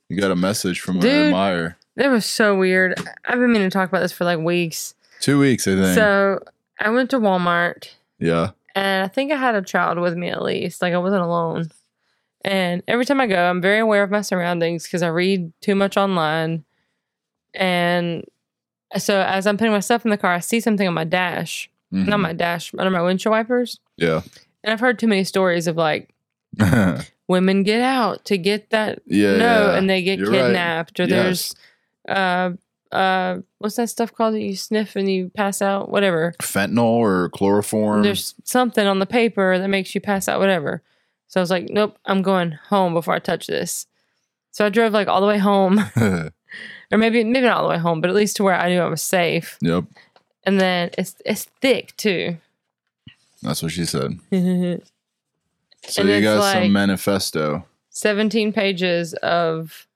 you got a message from
Dude.
an admirer.
That was so weird. I've been meaning to talk about this for like weeks.
Two weeks, I think.
So I went to Walmart
yeah.
and I think I had a child with me at least. Like I wasn't alone. And every time I go, I'm very aware of my surroundings because I read too much online. And so as I'm putting my stuff in the car, I see something on my dash. Not
Mhm.
my dash, under my windshield wipers. And I've heard too many stories of like
yeah.
women get out to get that
Yeah.
no, and they get
You're right.
kidnapped or
Yes.
there's uh uh what's that stuff called that you sniff and you pass out whatever.
fentanyl or chloroform.
There's something on the paper that makes you pass out whatever. So I was like, nope, I'm going home before I touch this. So I drove like all the way home,
yep.
or maybe maybe not all the way home, but at least to where I knew I was safe. And then it's it's thick too.
That's what she said.
and
So you
it's
got
like
some manifesto.
17 pages of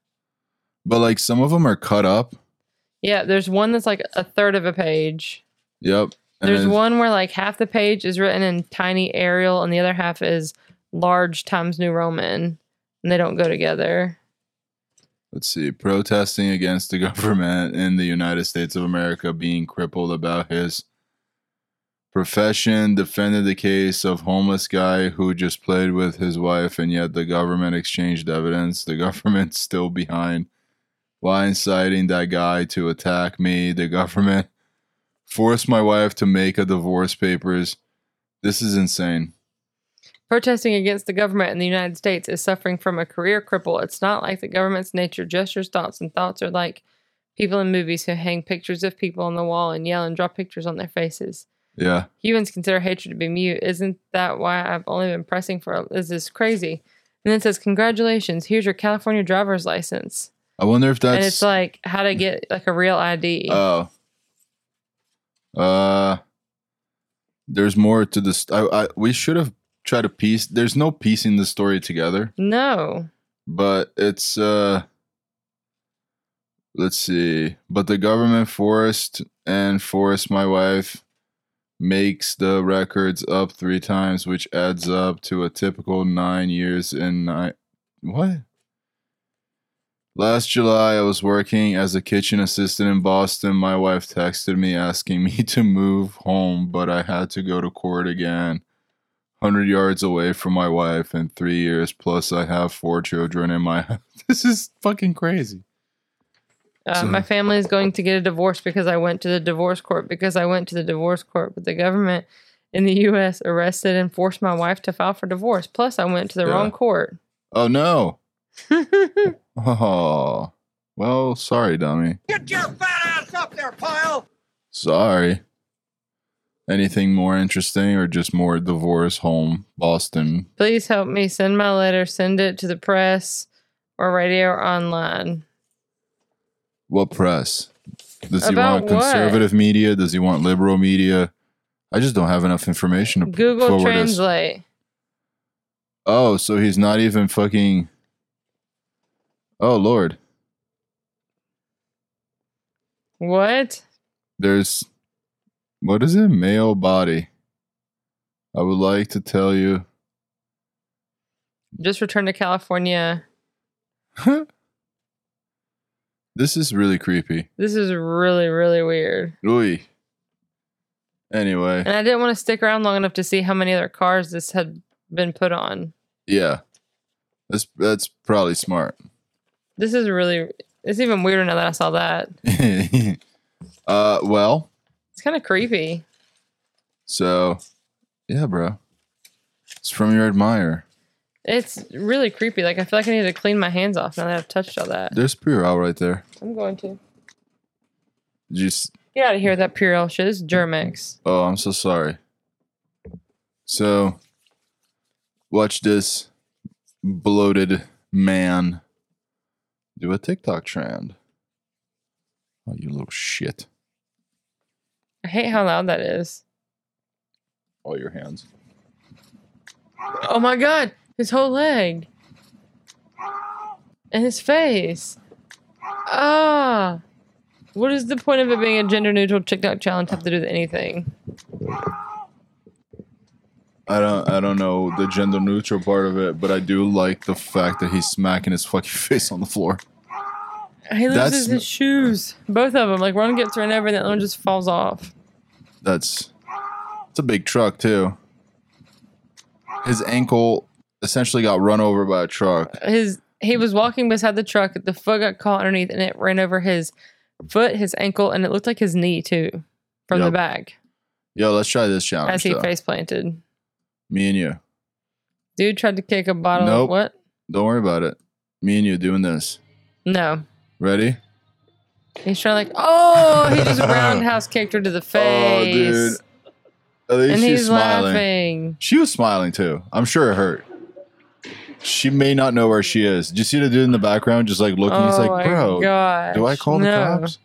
But like some of them are cut up.
yeah, there's one that's like a third of a page.
Yep. And
There's
then-
one where like half the page is written in tiny Arial and the other half is large Times New Roman, and they don't go together.
Let's see. Protesting against the government in the United States of America being crippled about his profession, defended the case of homeless guy who just played with his wife, and yet the government exchanged evidence. The government's still behind. Why inciting that guy to attack me? The government forced my wife to make a divorce papers. This is insane.
Protesting against the government in the United States is suffering from a career cripple. It's not like the government's nature gestures thoughts, and thoughts are like people in movies who hang pictures of people on the wall and yell and draw pictures on their faces.
Yeah.
Humans consider hatred to be mute. Isn't that why I've only been pressing for? Is this crazy? And then it says, "Congratulations! Here's your California driver's license."
I wonder if that's
and it's like how to get like a real ID.
Oh. Uh there's more to this. I, I we should have tried to piece there's no piecing the story together,
no,
but it's uh let's see. But the government forced and forced my wife makes the records up three times, which adds up to a typical nine years and nine. What? Last July, I was working as a kitchen assistant in Boston. My wife texted me asking me to move home, but I had to go to court again. 100 yards away from my wife in three years, plus I have four children in my house. This is fucking crazy.
uh,
So-
my family is going to get a divorce because I went to the divorce court because I went to the divorce court, but the government in the U.S. arrested and forced my wife to file for divorce. Plus, I went to the
Yeah.
wrong court.
Oh, no. Oh, well, sorry, dummy.
Get your fat ass up there, pile!
Sorry. Anything more interesting or just more divorce, home, Boston?
Please help me send my letter, send it to the press or radio or online.
What press? Does he
About
want
what?
conservative media? Does he want liberal media? I just don't have enough information to
Google
forward us.
Translate.
Oh, so he's not even fucking. Oh Lord,
What?
there's what is it? Male body. I would like to tell you.
Just returned to California.
this is really creepy.
This is really, really weird.
Ooh. Anyway,
And I didn't want to stick around long enough to see how many other cars this had been put on.
yeah, that's that's probably smart.
This is really, it's even weirder now that I saw that.
uh, well,
It's kind of creepy.
so yeah, bro, it's from your admirer.
It's really creepy. Like, I feel like I need to clean my hands off now that I've touched all that.
There's Purell right there.
I'm going to.
Just
Get out of here with that Purell shit. It's Germex.
Oh, I'm so sorry. So, watch this bloated man do a TikTok trend. Oh, you little shit.
I hate how loud that is.
All your hands.
Oh my god, his whole leg. And his face. Ah. What is the point of it being a gender neutral TikTok challenge have to do with anything?
I don't. I don't know the gender neutral part of it, but I do like the fact that he's smacking his fucking face on the floor.
He loses
That's-
his shoes. Both of them. Like one gets run over and the other one just falls off.
That's. It's a big truck too. His ankle essentially got run over by a truck.
His he was walking beside the truck, the foot got caught underneath and it ran over his foot, his ankle, and it looked like his knee too. From the
Yep.
back.
Yo, let's try this challenge.
As he
though.
face planted.
Me and you.
Dude tried to kick a bottle
Nope.
of what?
Don't worry about it. Me and you doing this.
No.
Ready?
He's trying to like, oh, he just roundhouse kicked her to the
Oh,
face,
At least
and
she's
he's
smiling.
laughing.
She was smiling too. I'm sure it hurt. She may not know where she is. Did you see the dude in the background just like looking?
oh
He's
my
like, bro,
gosh.
do I call the
No.
cops?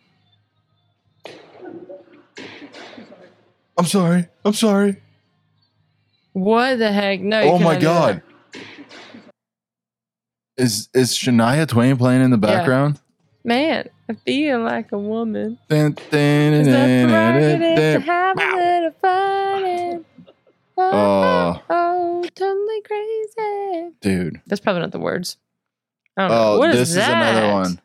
I'm sorry. I'm sorry.
What the heck? No. you
oh my
cannot do
god.
that.
Is is Shania Twain playing in the
Yeah.
background?
man, I feel like a woman.
Dun, dun, dun,
It's a
dun, dun,
prerogative to
dun.
have a little fun and-
Oh,
oh, oh, totally crazy.
dude.
That's probably not the words. I don't know.
Oh,
What is
this is another
that?
one.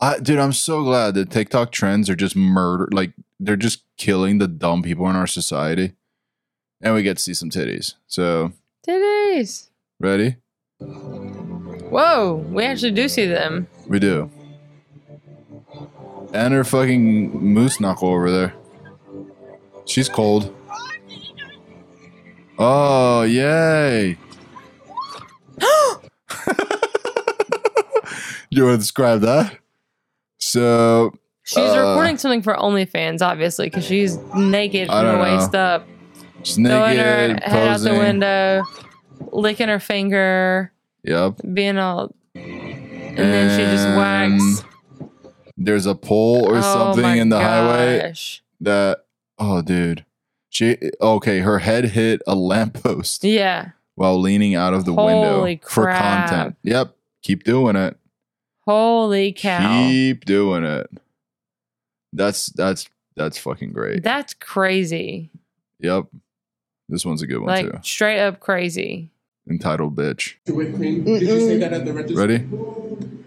I, dude, I'm so glad that TikTok trends are just murder. Like they're just killing the dumb people in our society, and we get to see some titties. So
Titties.
ready?
Whoa, we actually do see them.
We do. And her fucking moose knuckle over there. She's cold. Oh yay! you want to describe that? So
She's
Uh,
recording something for OnlyFans, obviously, because she's naked
I
from the
don't know.
waist up.
she's
throwing her
naked,
head out the
posing.
window, licking her finger,
Yep.
being all, and, then she just whacks
There's a pole or
Oh my
something in the highway
gosh.
that. Oh, dude. She okay. Her head hit a lamppost
Yeah,
while leaning out of the
Holy
window for
crap.
content. Yep. Keep doing it.
holy cow,
Keep doing it. That's that's that's fucking great.
that's crazy,
Yep. This one's a good one
like
too.
straight up crazy.
Entitled bitch.
Whipped cream. Did you say that at the register?
Ready?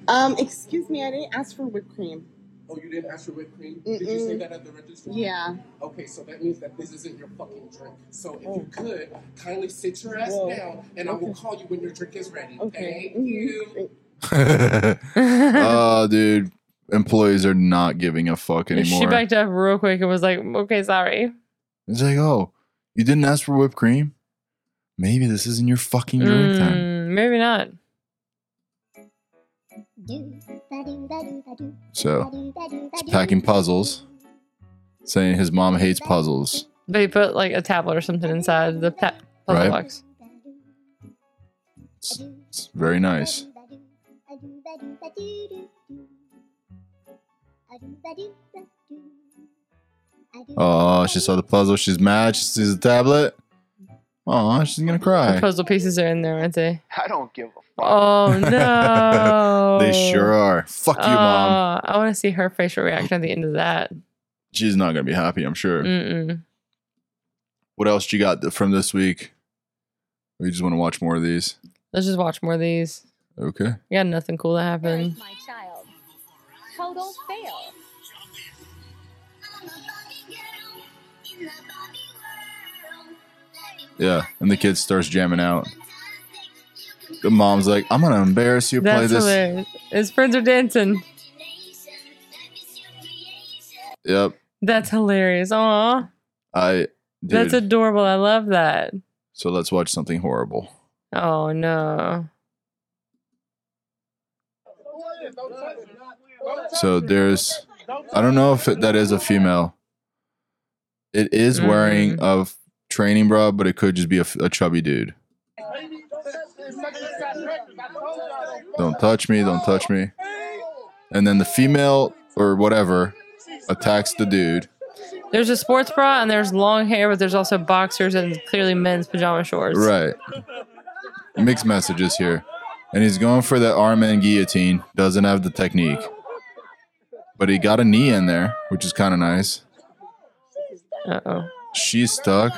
Um, excuse me, I didn't ask for whipped cream.
Oh, you didn't ask for whipped cream? Did you say
Mm-mm.
that at the register?
Yeah.
Okay, so that means that this isn't your fucking drink. So if you could, kindly sit your ass
Oh. Whoa.
down and I will call you when your drink is ready.
Okay.
Thank
Mhm.
you.
oh, dude. Employees are not giving a fuck anymore.
She backed up real quick and was like, "Okay, sorry."
It's like, oh, you didn't ask for whipped cream? Maybe this isn't your fucking drink then.
Mm, maybe not.
So he's packing puzzles, saying his mom hates puzzles.
They put like a tablet or something inside the pa- puzzle
Right.
box.
It's, it's very nice. Oh, she saw the puzzle. She's mad. She sees the tablet. Oh, she's gonna
The
cry.
puzzle pieces are in there, aren't they?
I don't give a fuck.
Oh no!
They sure are. Fuck you, mom.
Oh, I want to see her facial reaction at the end of that.
She's not gonna be happy. I'm sure.
Mm. Mm-mm.
What else you got th- from this week? We just want to watch more of these.
Let's just watch more of these.
Okay.
We got nothing cool that happened.
My child. Total fail.
Yeah, and the kid starts jamming out. The mom's like, "I'm gonna embarrass you. Play
That's
this."
hilarious. His friends are dancing.
Yep.
That's hilarious. Aw,
I. Dude,
that's adorable. I love that.
so let's watch something horrible.
Oh no!
So there's, I don't know if it, that is a female. It is wearing a f- training bra, but it could just be a, f- a chubby dude. Don't touch me, don't touch me. And then the female or whatever attacks the dude.
There's a sports bra and there's long hair, but there's also boxers and clearly men's pajama shorts.
Right. Mixed messages here. And he's going for the arm and guillotine. Doesn't have the technique. But he got a knee in there, which is kind of nice.
Uh oh.
She's stuck.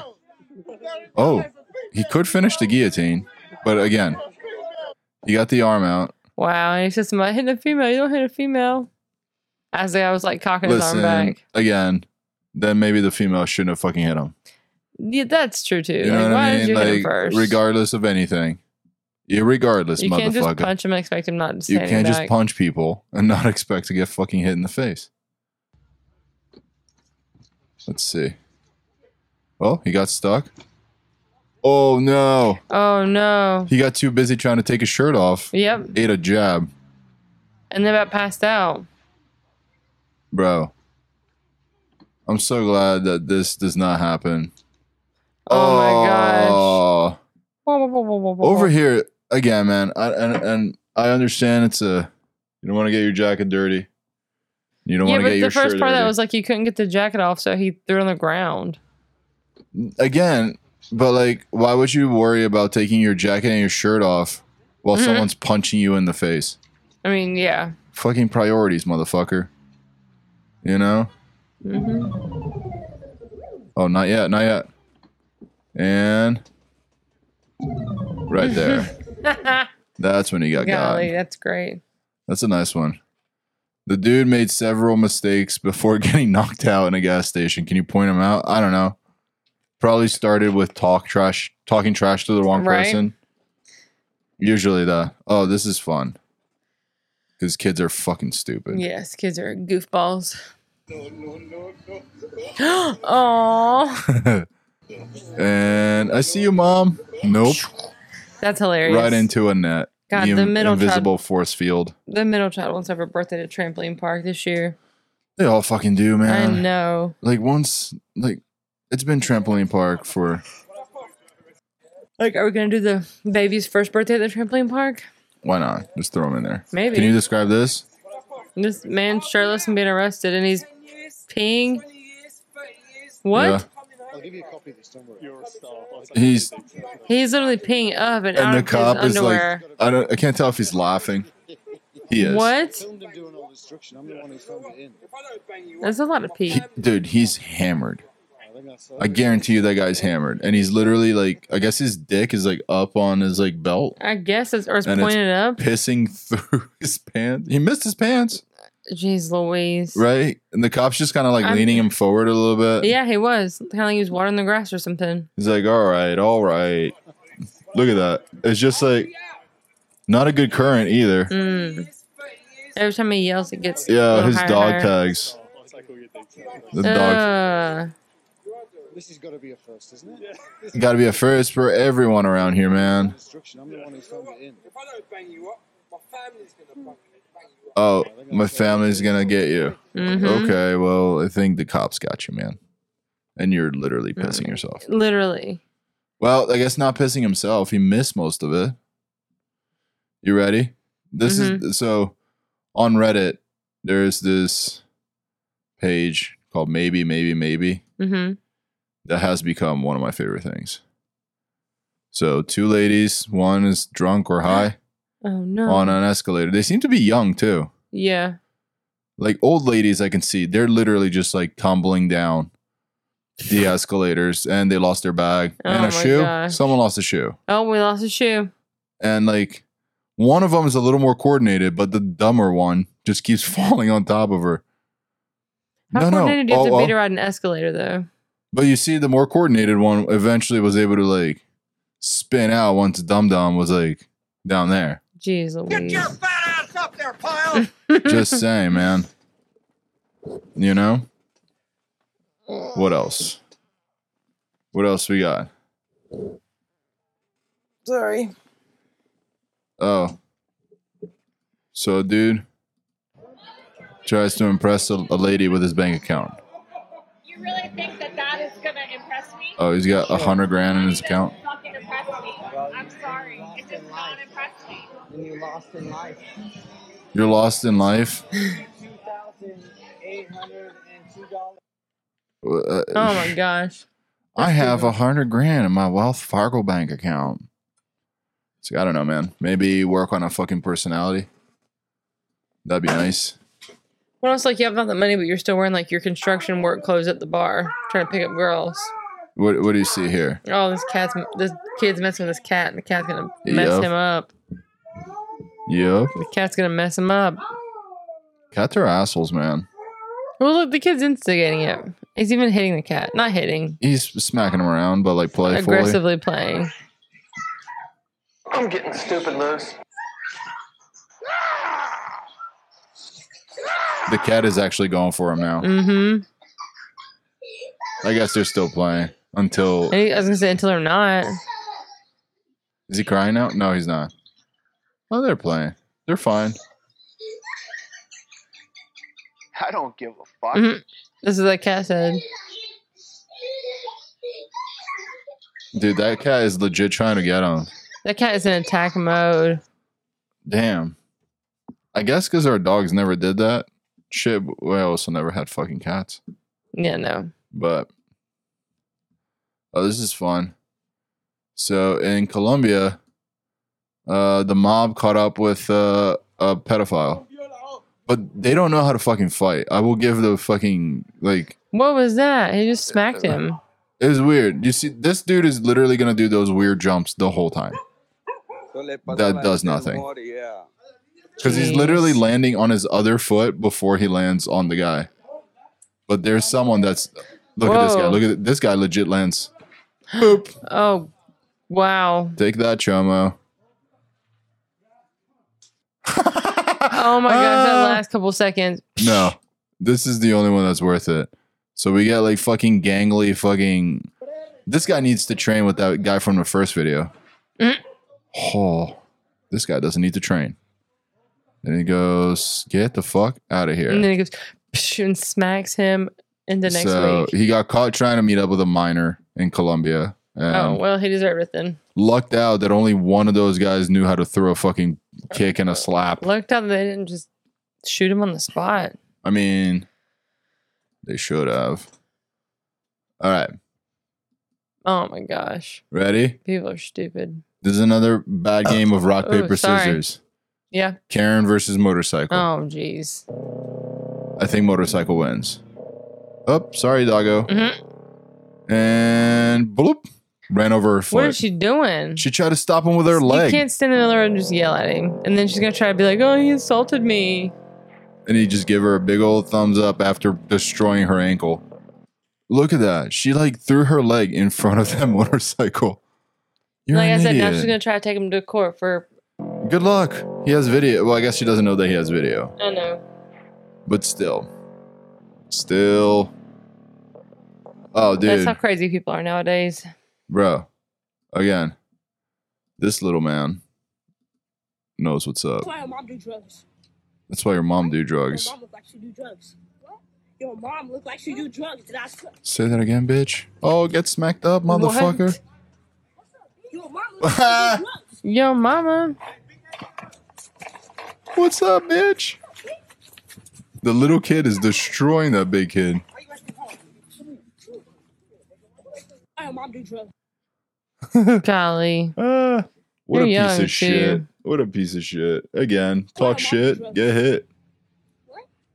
Oh, he could finish the guillotine, but again, he got the arm out.
Wow. And he says, "Am I hitting a female? You don't hit a female." As the guy was like cocking his arm
Listen,
back.
again, then maybe the female shouldn't have fucking hit him.
Yeah, that's true too.
You know
Like,
what
why
I
did
mean?
you hit him
Like,
first?
regardless of anything, yeah, regardless,
you can't just
motherfucker,
punch him and expect him not to
you
stand
can't just
back.
punch people and not expect to get fucking hit in the face. Let's see. Well, he got stuck. Oh no,
Oh no.
he got too busy trying to take his shirt off.
Yep.
Ate a jab,
And then about passed out.
bro. I'm so glad that this does not happen.
Oh, my gosh.
Oh.
Whoa, whoa, whoa, whoa, whoa, whoa,
over
whoa.
here again, man. I, and and I understand it's a you don't want to get your jacket dirty. You don't
yeah,
want
but
to get
the
your
first
shirt
part of
dirty.
that was like you couldn't get the jacket off, so he threw it on the ground.
again, but like, why would you worry about taking your jacket and your shirt off while
Mhm.
someone's punching you in the face?
I mean, yeah.
Fucking priorities, motherfucker. You know? Mm-hmm. Oh, not yet, not yet. And right there. That's when he got got.
Golly, that's great.
That's a nice one. The dude made several mistakes before getting knocked out in a gas station. Can you point him out? I don't know. Probably started with talk trash, talking trash to the wrong
Right.
person. Usually the oh, this is fun because kids are fucking stupid.
Yes, kids are goofballs. Oh,
and I see you, mom. Nope.
that's hilarious.
Right into a net.
God, the
in-
middle
invisible force field.
the middle child wants to have her birthday at a trampoline park this year.
They all fucking do,
I
man.
know.
Like once, like it's been trampoline park for
Like, are we gonna do the baby's first birthday at the trampoline park?
Why not? Just throw him in there.
Maybe.
Can you describe this?
This man's shirtless and being arrested, and he's peeing. What?
I'll give you a copy of this. Don't worry. You're a star.
He's
He's literally peeing up and, out
and the
of
cop
his
is
underwear.
like I don't I can't tell if he's laughing. He is.
what?
Filmed him doing all the destruction. I'm the one who filmed it in.
That's a lot of pee.
He, dude, he's hammered.
I think that's
I guarantee you that guy's hammered. And he's literally like I guess his dick is like up on his like belt.
I guess it's or it's
And it's-
pointed up.
Pissing through his pants. He missed his pants.
Jeez Louise.
Right? And the cop's just kinda like
I'm-
leaning him forward a little bit.
Yeah, he was. Kind of like he was watering the grass or something.
He's like, all right, all right. Look at that. It's just like not a good current either.
Mm. Every time he yells, it gets. a
Yeah,
little
his
higher and
dog
higher.
tags. The dog
Uh,
This has got to be a first, isn't it?
got to be a first for everyone around here, man.
Destruction. I'm the one who filmed it in.
Oh, my family's gonna get you.
mhm.
Okay, well, I think the cops got you, man. and you're literally
Mm.
pissing yourself.
Literally.
Well, I guess not pissing himself. He missed most of it. You ready? This
Mm-hmm.
is so on Reddit, there's this page called Maybe, Maybe, Maybe
Mm-hmm.
that has become one of my favorite things. So, two ladies, one is drunk or high
Oh no.
on an escalator. They seem to be young too.
yeah.
Like old ladies, I can see they're literally just like tumbling down the escalators and they lost their bag and
Oh
a
my
shoe.
gosh.
Someone lost a shoe.
Oh, we lost a shoe.
and like one of them is a little more coordinated, but the dumber one just keeps falling on top of her.
How
no, no,
coordinated do you have
oh,
to beat
oh.
her ride an escalator though?
but you see, the more coordinated one eventually was able to like spin out once Dum Dum was like down there.
Jeez Louise.
Just saying, man. You know what else? What else we got?
Sorry.
Oh. So a dude tries to impress a, a lady with his bank account.
You really think that that is gonna impress me?
Oh, he's got a hundred grand in his account.
Fucking impress me. I'm sorry. It does not impress me.
And you lost in life.
You're lost in life. Uh,
Oh my gosh.
I have a hundred grand in my Wells Fargo bank account. So I don't know, man. Maybe work on a fucking personality. That'd be nice.
What else? Like you have all that money, but you're still wearing like your construction work clothes at the bar, trying to pick up girls.
What What do you see here?
Oh, this cat's this kid's messing with this cat, and the cat's gonna mess
Yep.
him up.
Yep.
The cat's gonna mess him up.
Cats are assholes, man.
Well, look, the kid's instigating it. He's even hitting the cat. Not hitting,
He's smacking them around, but like playfully.
aggressively playing.
I'm getting stupid loose.
The cat is actually going for him now.
Mm-hmm.
I guess they're still playing until.
And he, I was gonna say until they're not.
Is he crying out? No, he's not. Oh, they're playing. They're fine.
I don't give a fuck.
Mm-hmm.
Mhm. This is what cat said.
Dude, that cat is legit trying to get him.
That cat is in attack mode.
Damn. I guess because our dogs never did that. Shit, we also never had fucking cats.
Yeah, no.
But oh, this is fun. So in Colombia, uh, the mob caught up with uh, a pedophile, but they don't know how to fucking fight. I will give the fucking like
What was that? He just smacked him.
it was weird. You see, this dude is literally gonna do those weird jumps the whole time. That does nothing. Because he's literally landing on his other foot before he lands on the guy. But there's someone that's look at this guy.
Whoa.
Look at this guy. Legit lands.
Oh, wow.
Take that, Chomo.
Oh my gosh, that
Uh,
last couple seconds.
No, this is the only one that's worth it. So we get like fucking gangly fucking. This guy needs to train with that guy from the first video.
Mm.
Oh, this guy doesn't need to train. And he goes, "Get the fuck out of here."
And then he goes psh, and smacks him in the next
so
week.
he got caught trying to meet up with a minor in Colombia. And
oh, well, he deserved it then.
lucked out that only one of those guys knew how to throw a fucking kick and a slap.
Lucked out that they didn't just shoot him on the spot.
I mean, they should have. All right,
Oh my gosh.
ready?
People are stupid.
This is another bad game of rock,
Oh. Ooh,
paper,
sorry.
scissors.
Yeah.
Karen versus motorcycle.
Oh, jeez.
I think motorcycle wins. Oh, sorry, doggo.
Mhm.
And bloop, ran over her foot.
What is she doing?
She tried to stop him with her
You
leg,
can't stand in the middle of the road and just yell at him. And then she's going to try to be like, oh, he assaulted me.
and he just gave her a big old thumbs up after destroying her ankle. Look at that. She like threw her leg in front of that motorcycle. You're
like I
an
said, now
idiot.
she's going to try to take him to court for,
Good luck. He has video. Well, I guess she doesn't know that he has video,
I don't know.
but still, still. Oh,
That's
dude,
how crazy people are nowadays.
bro. Again, this little man knows what's up.
That's why your mom do drugs.
That's why your mom do drugs.
My mom would actually do drugs. Your mom looked like she do drugs. Did I? s-
Say that again, bitch. Oh, get smacked up, motherfucker.
Your mom looked
Yo, mama.
What's up, bitch? The little kid is destroying that big kid.
like your mom do drugs.
Golly.
What
You're
a piece
young,
of
too.
shit. What a piece of shit. Again, talk shit, get hit.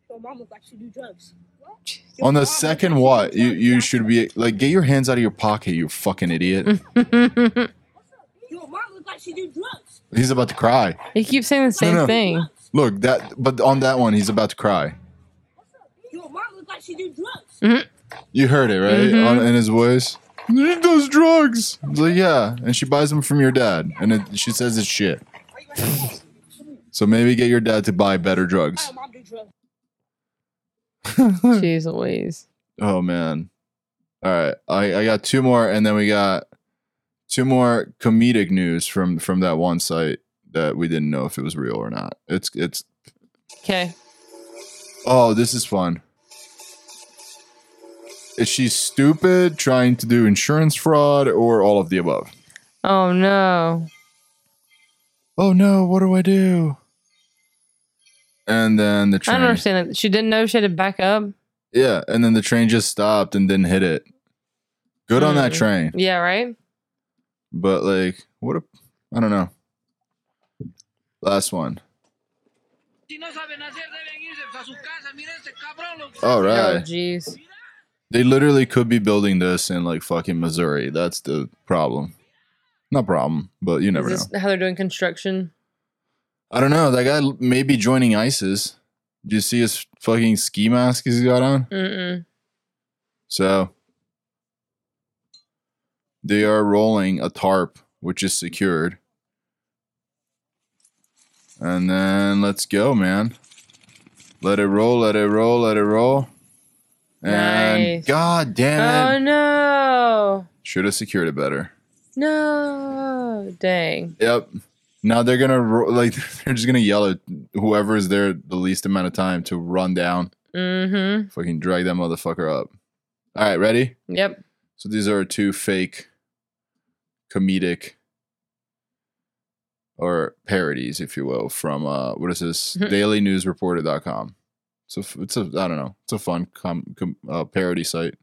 Your mom looked like she do drugs.
On the second what, you, you should be like, get your hands out of your pocket, you fucking idiot.
Your mom looked like she do drugs.
He's about to cry.
He keeps saying the same
No, no.
thing.
Look, that, but on that one, he's about to cry.
Your mom looked like she do drugs.
You heard it, right?
Mhm.
On, in his voice. He does drugs. It's like, yeah. And she buys them from your dad. And it, she says it's shit. so maybe get your dad to buy better drugs. Hmm.
Jeez Louise.
Oh, man. All right. I, I got two more. And then we got two more comedic news from, from that one site that we didn't know if it was real or not. It's, it's,
Okay.
oh, this is fun. Is she stupid, trying to do insurance fraud, or all of the above?
Oh no.
Oh no, what do I do? And then the
I
train.
don't understand it. She didn't know she had to back up.
Yeah, and then the train just stopped and didn't hit it. Good on that
Mm.
train,
Yeah, right?
but like, what a, I don't know. Last one. All
Oh
right,
jeez.
they literally could be building this in like fucking Missouri. That's the problem. Not problem, but you never
Is
know.
this how they're doing construction?
I don't know. That guy l- may be joining ISIS. Do you see his fucking ski mask he's got on?
Mm-mm.
So they are rolling a tarp, which is secured. And then let's go, man. Let it roll, let it roll, let it roll. And
Nice.
god damn
Oh
it.
no.
Should have secured it better.
No. Dang.
Yep. Now they're gonna ro- like they're just gonna yell at whoever is there the least amount of time to run down.
Mm-hmm.
Fucking drag that motherfucker up. All right, ready?
Yep.
So these are two fake comedic or parodies, if you will, from uh, what is this?
Mm-hmm.
DailyNewsReporter.com. So f- it's a I don't know. It's a fun com- com- uh, parody site.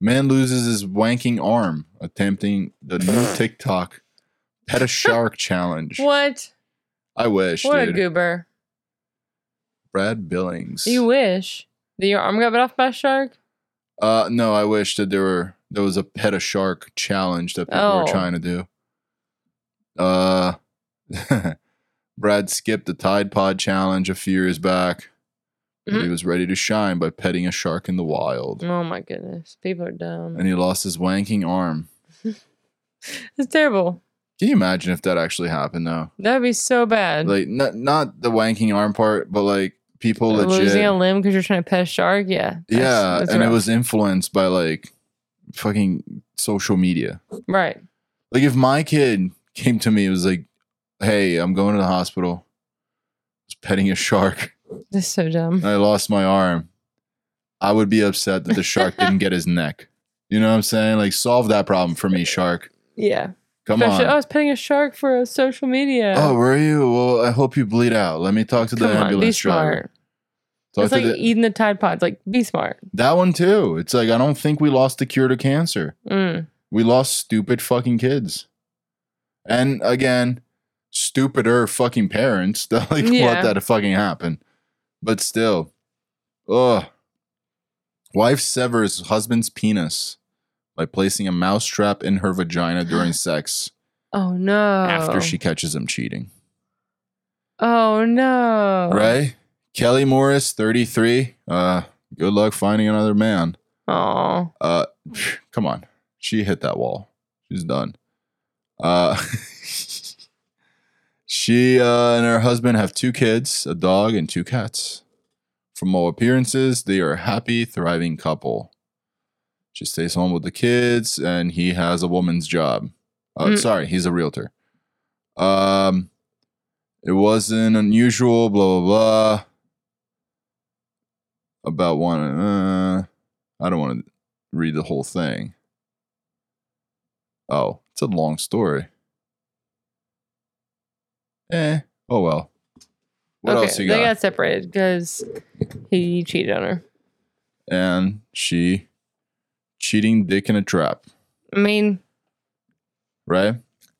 Man loses his wanking arm attempting the new TikTok pet a shark challenge.
What?
I wish,
What a
dude.
goober.
Brad Billings.
You wish that your arm got bit off by a shark?
Uh, no, I wish that there were there was a pet a shark challenge that people were
Oh.
trying to do. Uh, Brad skipped the Tide Pod challenge a few years back. but He
Mhm.
was ready to shine by petting a shark in the wild,
Oh my goodness. People are dumb.
and he lost his wanking arm.
It's terrible.
Can you imagine if that actually happened though?
That'd be so bad.
Like, not not the wanking arm part, but like people legit
Losing a limb because you're trying to pet a shark? Yeah. that's-
yeah,
that's
and it
rough.
was influenced by like fucking social media.
Right.
Like if my kid came to me and was like, "Hey, I'm going to the hospital. I was petting a shark.
That's so dumb.
And I lost my arm." I would be upset that the shark didn't get his neck. You know what I'm saying? Like solve that problem for me, shark.
Yeah.
Come
Especially-
on.
I was petting a shark for uh, social media.
Oh, were you? Well, I hope you bleed out. Let me talk to the
Come on, be
ambulance driver.
smart.
Talk
it's
to
like e
the-
eating the Tide Pods. Like, be smart.
that one too. It's like I don't think we lost the cure to cancer.
Mm.
We lost stupid fucking kids. And again, stupider fucking parents that like
Yeah.
let that fucking happen. But still. Ugh. Wife severs husband's penis by placing a mousetrap in her vagina during sex
Oh no.
after she catches him cheating.
Oh no.
Right? Kelly Morris, 33. Uh good luck finding another man.
Oh.
Uh come on. She hit that wall. She's done. Uh She uh, and her husband have two kids, a dog and two cats. From all appearances, they are a happy, thriving couple. She stays home with the kids, and he has a woman's job. Oh,
Mm.
sorry, he's a realtor. Um, it wasn't unusual. Blah blah blah. about wanting. Uh, I don't want to read the whole thing. Oh, it's a long story. Eh. Oh well. What else you
They
got?
got separated because he cheated on her.
and she cheating dick in a trap,
I mean,
right?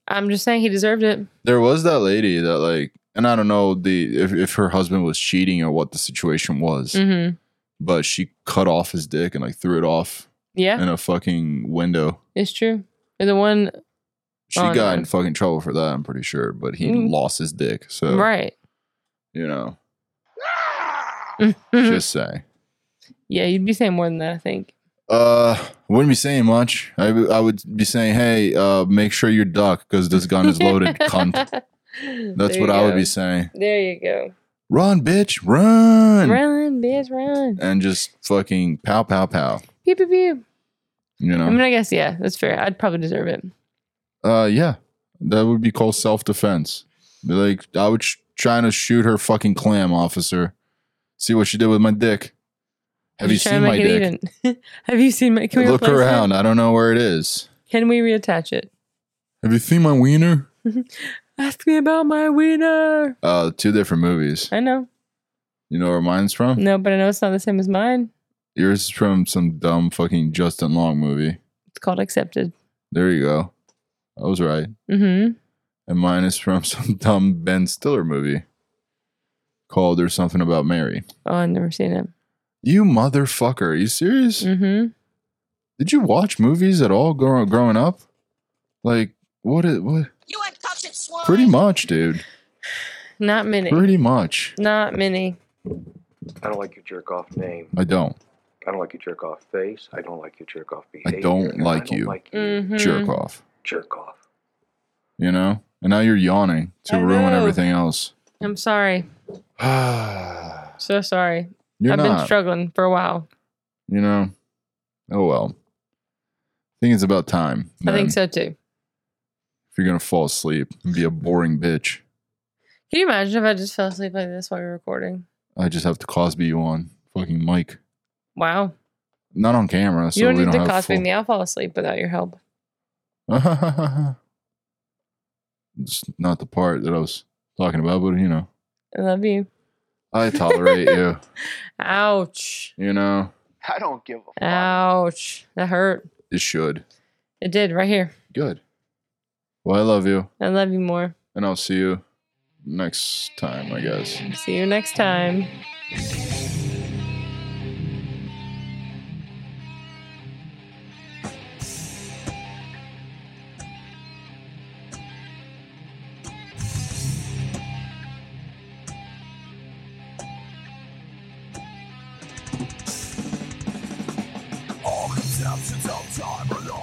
I'm just saying he deserved it.
There was that lady that like, and I don't know the if, if her husband was cheating or what the situation was,
hmm
but she cut off his dick and like threw it off
Yeah.
in a fucking window.
It's true. And the one
She
Oh,
got
no.
in fucking trouble for that, I'm pretty sure, but he
Mm.
lost his dick. So
right.
you know,
Mhm.
just saying.
yeah, you'd be saying more than that, I think.
Uh, wouldn't be saying much. I, w- I would be saying, hey, uh, make sure your duck because this gun is loaded, cunt. That's
There
what
you
I would
go.
be saying.
There you go.
Run, bitch, run.
Run, bitch, run.
And just fucking pow, pow, pow.
Pew pew pew.
You know?
I mean, I guess yeah, that's fair. I'd probably deserve it.
uh, yeah. That would be called self defense. Like, I was sh- trying to shoot her fucking clam, officer. See what she did with my dick. Have you
Just
seen
trying to
my
make
dick?
it even. Have you seen my? Can we
Look
replace
around.
It?
I don't know where it is.
Can we reattach it?
Have you seen my wiener?
Ask me about my wiener.
Uh, two different movies.
I know.
You know where mine's from?
No, but I know it's not the same as mine.
Yours is from some dumb fucking Justin Long movie.
It's called accepted.
There you go. I was right.
Mm-hmm.
And mine is from some dumb Ben Stiller movie called There's Something About Mary.
Oh, I've never seen it.
You motherfucker. Are you serious?
Mm-hmm.
Did you watch movies at all grow- growing up? Like, what is what?
You uncuffed swine.
Pretty much, dude.
Not many.
Pretty much.
Not many.
I don't like your jerk off name.
I don't.
I don't like your jerk off face. I don't like your jerk off behavior.
I don't
and
like you.
Mm-hmm.
Jerk off.
Jerk off.
You know? And now you're yawning to
I
ruin
know.
everything else.
I'm sorry. so sorry.
You're
I've been
not.
struggling for a while.
You know? Oh well. I think it's about time.
I
man.
think so too.
If you're gonna fall asleep and be a boring bitch,
Can you imagine if I just fell asleep like this while we were recording?
I just have to Cosby you on fucking mic.
Wow.
Not on camera, so
you don't
we
need
don't
to
have
Cosby me. I'll fall asleep without your help.
full- It's not the part that I was talking about, but you know,
I love you.
I tolerate you.
Ouch.
You know,
I don't give a
Ouch. That hurt.
it should.
It did right here.
Good. Well, I love you,
I love you more.
and I'll see you next time, I guess.
See you next time.
All conceptions of time are